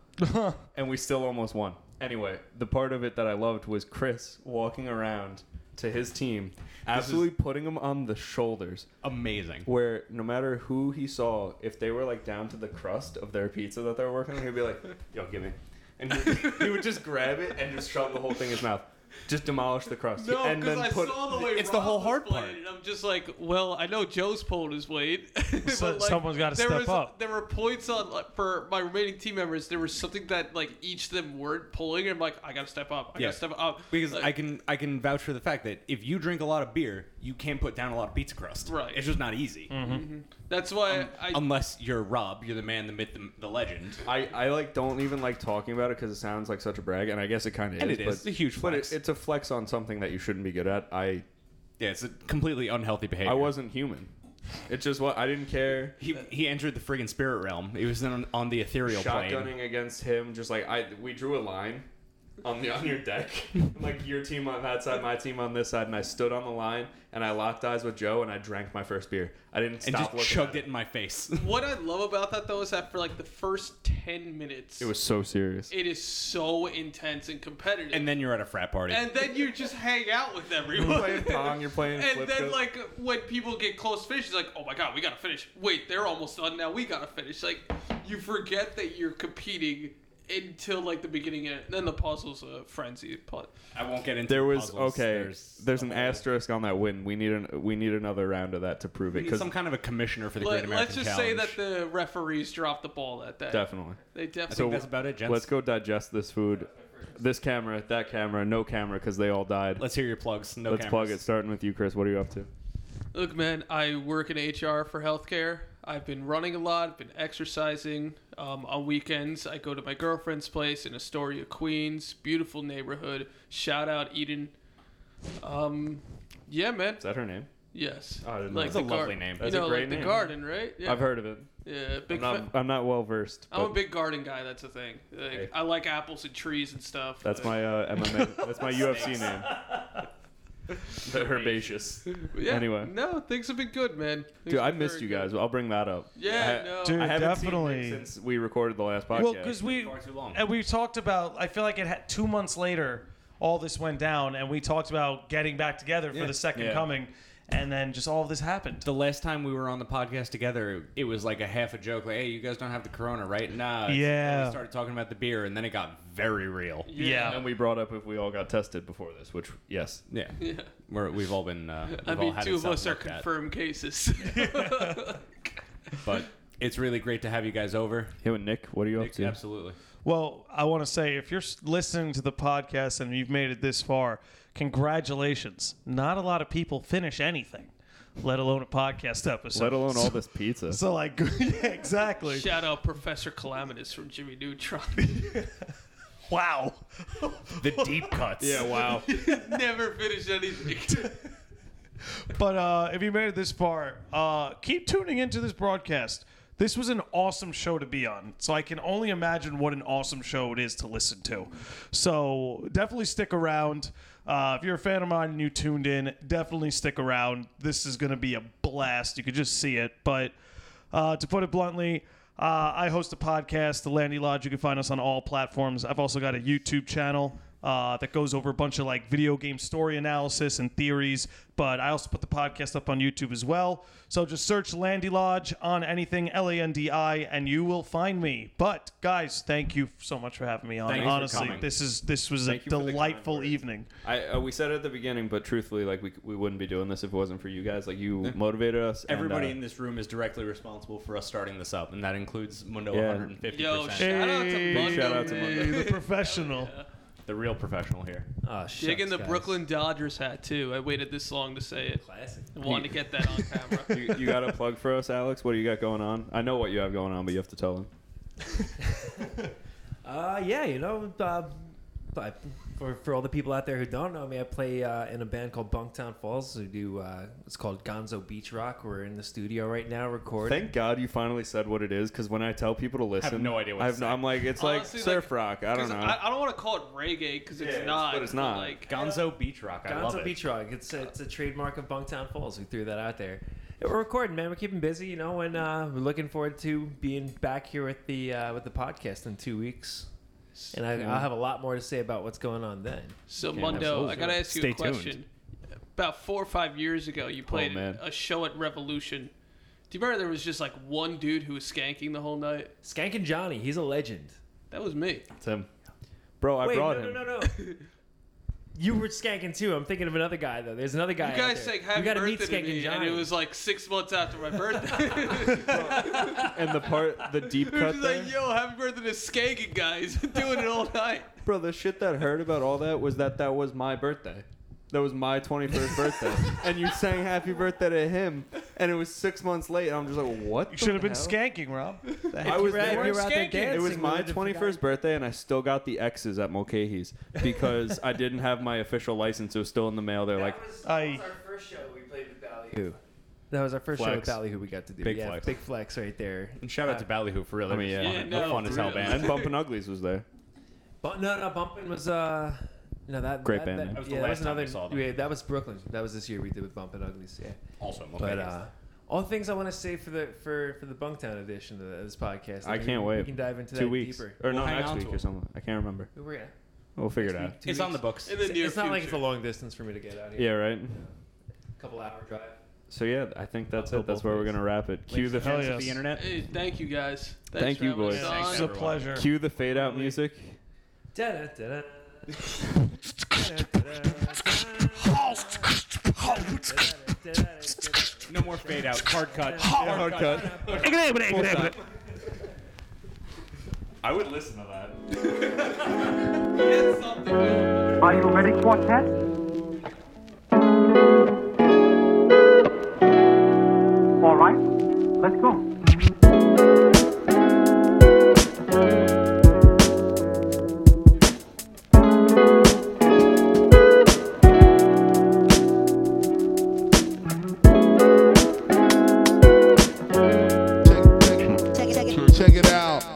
S4: and we still almost won. Anyway, the part of it that I loved was Chris walking around to his team, absolutely putting them on the shoulders
S5: Amazing.
S4: where no matter who he saw, if they were like down to the crust of their pizza that they're working on, he'd be like, "Yo, give me," and he, he would just grab it and just shove the whole thing in his mouth, just demolish the crust,
S6: No,
S4: and
S6: because
S4: then
S6: I
S4: put.
S6: saw the way
S5: it's
S6: Rob
S5: the whole
S6: was
S5: hard
S6: playing,
S5: part.
S6: And I'm just like, well, I know Joe's pulling his weight.
S8: So-
S6: but, like,
S8: someone's gotta
S6: there
S8: step
S6: was-
S8: up.
S6: There were points on like, for my remaining team members. There was something that like each of them weren't pulling. And I'm like, I gotta step up. I
S5: Yeah.
S6: gotta step up
S5: Because
S6: Like,
S5: I can I can vouch for the fact that if you drink a lot of beer, you can put down a lot of pizza crust.
S6: Right.
S5: It's just not easy.
S4: Mm-hmm.
S6: That's why I.
S5: Unless you're Rob, you're the man, the myth, the, the legend.
S4: I, I like don't even like talking about it because it sounds like such a brag, and I guess it kind of is.
S5: And it is.
S4: but-
S5: It's a huge
S4: but it-
S5: flex.
S4: it's a flex on something that you shouldn't be good at. I
S5: Yeah, it's a completely unhealthy behavior.
S4: I wasn't human. It's just what I didn't care.
S5: He, he entered the friggin' spirit realm. He was on, on the ethereal plane.
S4: Shotgunning against him, just like I, we drew a line on the on your deck, like your team on that side, my team on this side, and I stood on the line and I locked eyes with Joe and I drank my first beer. I didn't
S5: And
S4: stop
S5: just
S4: looking
S5: chugged
S4: at
S5: it in my face.
S6: What I love about that though is that for like the first ten minutes,
S4: It was so serious.
S6: it is so intense and competitive.
S5: and then you're at a frat party.
S6: And then you just hang out with everyone. You're
S4: playing pong, you're playing
S6: And
S4: flip
S6: then
S4: cup.
S6: like when people get close to finish, it's like, oh my god, we gotta finish. Wait, they're almost done now. We gotta finish. Like you forget that you're competing until like the beginning, and then the puzzle's a frenzy. But
S5: I won't get into
S4: There
S5: the
S4: was
S5: puzzles.
S4: okay. There's,
S5: There's,
S4: an asterisk on that win. We need an, we need another round of that to prove it
S5: we need
S4: because
S5: some kind of a commissioner for the Great
S6: let,
S5: American
S6: us just say
S5: Challenge.
S6: that the referees dropped the ball that day.
S4: definitely.
S6: They
S5: I
S6: definitely.
S5: think that's about it, gents.
S4: Let's go digest this food. This camera, that camera, no camera because they all died.
S5: Let's hear your plugs. No
S4: Let's plug it.
S5: cameras.
S4: Starting with you, Chris. What are you up to?
S6: Look, man, I work in HR for healthcare. I've been running a lot. I've been exercising. Um, on weekends, I go to my girlfriend's place in Astoria, Queens. Beautiful neighborhood. Shout out Eden. Um, yeah, man.
S4: Is that her name?
S6: Yes.
S4: I didn't know
S6: like
S4: that.
S6: the
S5: That's a lovely
S6: gar-
S5: name.
S6: You
S4: That's a
S6: know,
S4: great
S6: like
S4: name.
S6: the garden, right? Yeah.
S4: I've heard of it.
S6: Yeah, big.
S4: I'm
S6: fa-
S4: not, I'm not well versed.
S6: I'm a
S4: but
S6: big garden guy. That's a thing. Like, I like apples and trees and stuff.
S4: That's
S6: but-
S4: my uh, MMA. that's my UFC name. The herbaceous.
S6: Yeah,
S4: anyway.
S6: No, things have been good, man. Things
S4: Dude, I
S6: have been
S4: missed
S6: very
S4: you
S6: good.
S4: guys. I'll bring that up.
S6: Yeah,
S4: I-
S6: no.
S9: Dude,
S4: I haven't seen Nick
S9: definitely.
S4: since we recorded the last podcast.
S8: Well, because we
S5: Far too long.
S8: and we talked about. I feel like it had two months later. All this went down, and we talked about getting back together for the second
S5: Yeah.
S8: coming, and then just all of this happened.
S5: The last time we were on the podcast together, it was like a half a joke, like, "Hey, you guys don't have the Corona, right?" Nah. it's-
S8: Yeah.
S5: and We started talking about the beer, and then it got very real.
S8: Yeah.
S4: and we brought up if we all got tested before this, which yes,
S5: Yeah.
S6: Yeah.
S5: We're, we've all been. Uh, we've
S6: I
S5: all
S6: mean,
S5: had
S6: two of
S5: something
S6: us are
S5: like that.
S6: confirmed cases.
S5: But it's really great to have you guys over.
S4: Hey, Nick, what are you up to?
S5: Absolutely.
S8: Well, I want to say if you're s- listening to the podcast and you've made it this far, congratulations. Not a lot of people finish anything, let alone a podcast episode.
S4: Let alone all this pizza.
S8: So, like, yeah, exactly.
S6: Shout out Professor Calamitous from Jimmy Neutron.
S8: Wow.
S5: The deep cuts. yeah.
S4: wow.
S6: Never finished anything.
S8: But uh, if you made it this far, uh, keep tuning into this broadcast. This was an awesome show to be on. So I can only imagine what an awesome show it is to listen to. So definitely stick around. Uh, if you're a fan of mine and you tuned in, definitely stick around. This is going to be a blast. You could just see it. But uh, to put it bluntly, uh, I host a podcast, The Landy Lodge. You can find us on all platforms. I've also got a YouTube channel uh, that goes over a bunch of like video game story analysis and theories. But I also put the podcast up on YouTube as well. So just search Landy Lodge on anything L A N D I, and you will find me. But guys, thank you so much for having me on.
S5: Thank you for
S8: Honestly,
S5: coming.
S8: this is this was
S4: Thank
S8: a
S4: you for the kind
S8: delightful
S4: words.
S8: evening.
S4: I uh, we said it at the beginning, but truthfully, like we, we wouldn't be doing this if it wasn't for you guys. Like you motivated us.
S5: Everybody in
S4: and, uh,
S5: this room is directly responsible for us starting this up, and that includes Mundo
S4: Yeah.
S5: 150%.
S6: Yo, shout out to
S8: Hey,
S6: Mundo.
S4: shout out to
S6: man.
S4: Mundo.
S8: the professional.
S5: the real professional here.
S7: Oh,
S6: Digging the
S7: guys.
S6: Brooklyn Dodgers hat too. I waited this long to say it.
S7: Classic.
S6: I wanted to get that on camera.
S4: you, you got a plug for us, Alex? What do you got going on? I know what you have going on, but you have to tell them.
S7: Uh, yeah, you know, uh, I, for for all the people out there who don't know me, I play uh, in a band called Bunktown Falls. We do uh, it's called Gonzo Beach Rock. We're in the studio right now recording.
S4: Thank God you finally said what it is, because when I tell people to listen,
S5: no idea what
S4: I
S5: to
S4: have no,
S5: say.
S4: I'm like, it's
S6: Honestly,
S4: like
S6: like,
S4: surf rock. I don't
S6: 'Cause
S4: know.
S6: I, I don't want to call it reggae because it's
S4: it's-
S6: not.
S4: but it's not.
S6: Like,
S5: Gonzo Beach Rock. I love
S7: Gonzo
S5: it.
S7: Beach Rock. It's a, it's a trademark of Bunktown Falls. We threw that out there. Yeah, We're recording, man. We're keeping busy, you know, and uh, we're looking forward to being back here with the uh, with the podcast in two weeks. And I, I'll have a lot more to say about what's going on then.
S6: so Mundo, I gotta ask you
S5: Stay
S6: a
S5: tuned. Oh,
S6: question. About four or five years ago, you played
S4: man.
S6: a show at Revolution. Do you remember there was just like one dude who was skanking the whole night?
S7: Skank and Johnny, he's a legend.
S6: That was me.
S4: It's him. Bro, I
S7: Wait,
S4: brought
S7: no,
S4: him.
S7: no, no, no. you were skanking too. I'm thinking of another guy though. There's another guy.
S6: You
S7: out
S6: guys
S7: there.
S6: sang happy
S7: you gotta
S6: birthday
S7: meet Skank
S6: to me,
S7: and Johnny.
S6: and it was like six months after my birthday.
S4: And the part, the deep
S6: It was
S4: cut
S6: just
S4: there.
S6: like, yo, happy birthday to Skanking guys. Doing it all night.
S4: Bro, the shit that hurt about all that was that that was my birthday. That was my 21st birthday. And you sang happy birthday to him, and it was six months late. And I'm just like, what?
S8: You should have been skanking, Rob.
S4: I was
S7: If
S4: there.
S7: you were out there dancing,
S4: It was
S7: we
S4: my
S7: would've
S4: 21st birthday, and I still got the X's at Mulcahy's because I didn't have my official license. It was still in the mail. They're like,
S8: I
S7: first show we played with Ballyhoo. That was our first show with
S4: Flex.
S7: Ballyhoo we got to do.
S4: Big
S7: yeah,
S4: flex.
S7: big flex right there.
S5: And shout
S7: Uh,
S5: out to Ballyhoo for real. I
S4: mean, yeah.
S6: Yeah, no,
S5: fun as hell
S6: really.
S5: band.
S4: and Bumpin' Uglies was there.
S7: But no, no, Bumpin' was uh, no that
S4: Great
S7: that,
S4: band,
S7: That,
S4: man. That
S5: was the
S7: yeah,
S5: last time
S7: another,
S5: we saw them.
S7: Yeah, that was Brooklyn. That was this year we did with Bumpin' Uglies. Yeah.
S5: Also, Moped is-
S7: But uh, all the things I want to say for the for for the Bunktown edition of this podcast.
S4: I
S7: We-
S4: can't wait.
S7: We can dive into
S4: Two
S7: that
S4: weeks Er-
S7: deeper.
S4: or no,
S5: We'll hang
S4: next
S5: on to
S4: week or
S5: it.
S4: something. I can't remember.
S7: We're gonna-
S4: We'll figure it
S7: two
S4: out.
S7: weeks.
S5: it's on the books.
S6: In the near
S7: it's not like it's a
S6: future.
S7: long distance for me to get out here.
S4: Yeah, right.
S7: A couple hour drive.
S4: So yeah, I think that's
S7: I'll
S4: it.
S7: go
S4: That's
S7: both
S4: where we're
S7: ways.
S4: gonna wrap it. Cue the
S9: Hell
S5: The
S9: yes.
S5: internet.
S6: Hey, thank you guys. Thanks
S4: Thank
S6: for
S4: you,
S6: having us
S4: boys.
S6: on.
S4: Thanks,
S9: It's a pleasure.
S4: cue the fade out music.
S7: Da-da-da-da.
S5: No more fade out. Card cut.
S4: Hard cut. I would listen to that.
S1: Are you ready, quartet? All right, let's go.
S11: Check it out.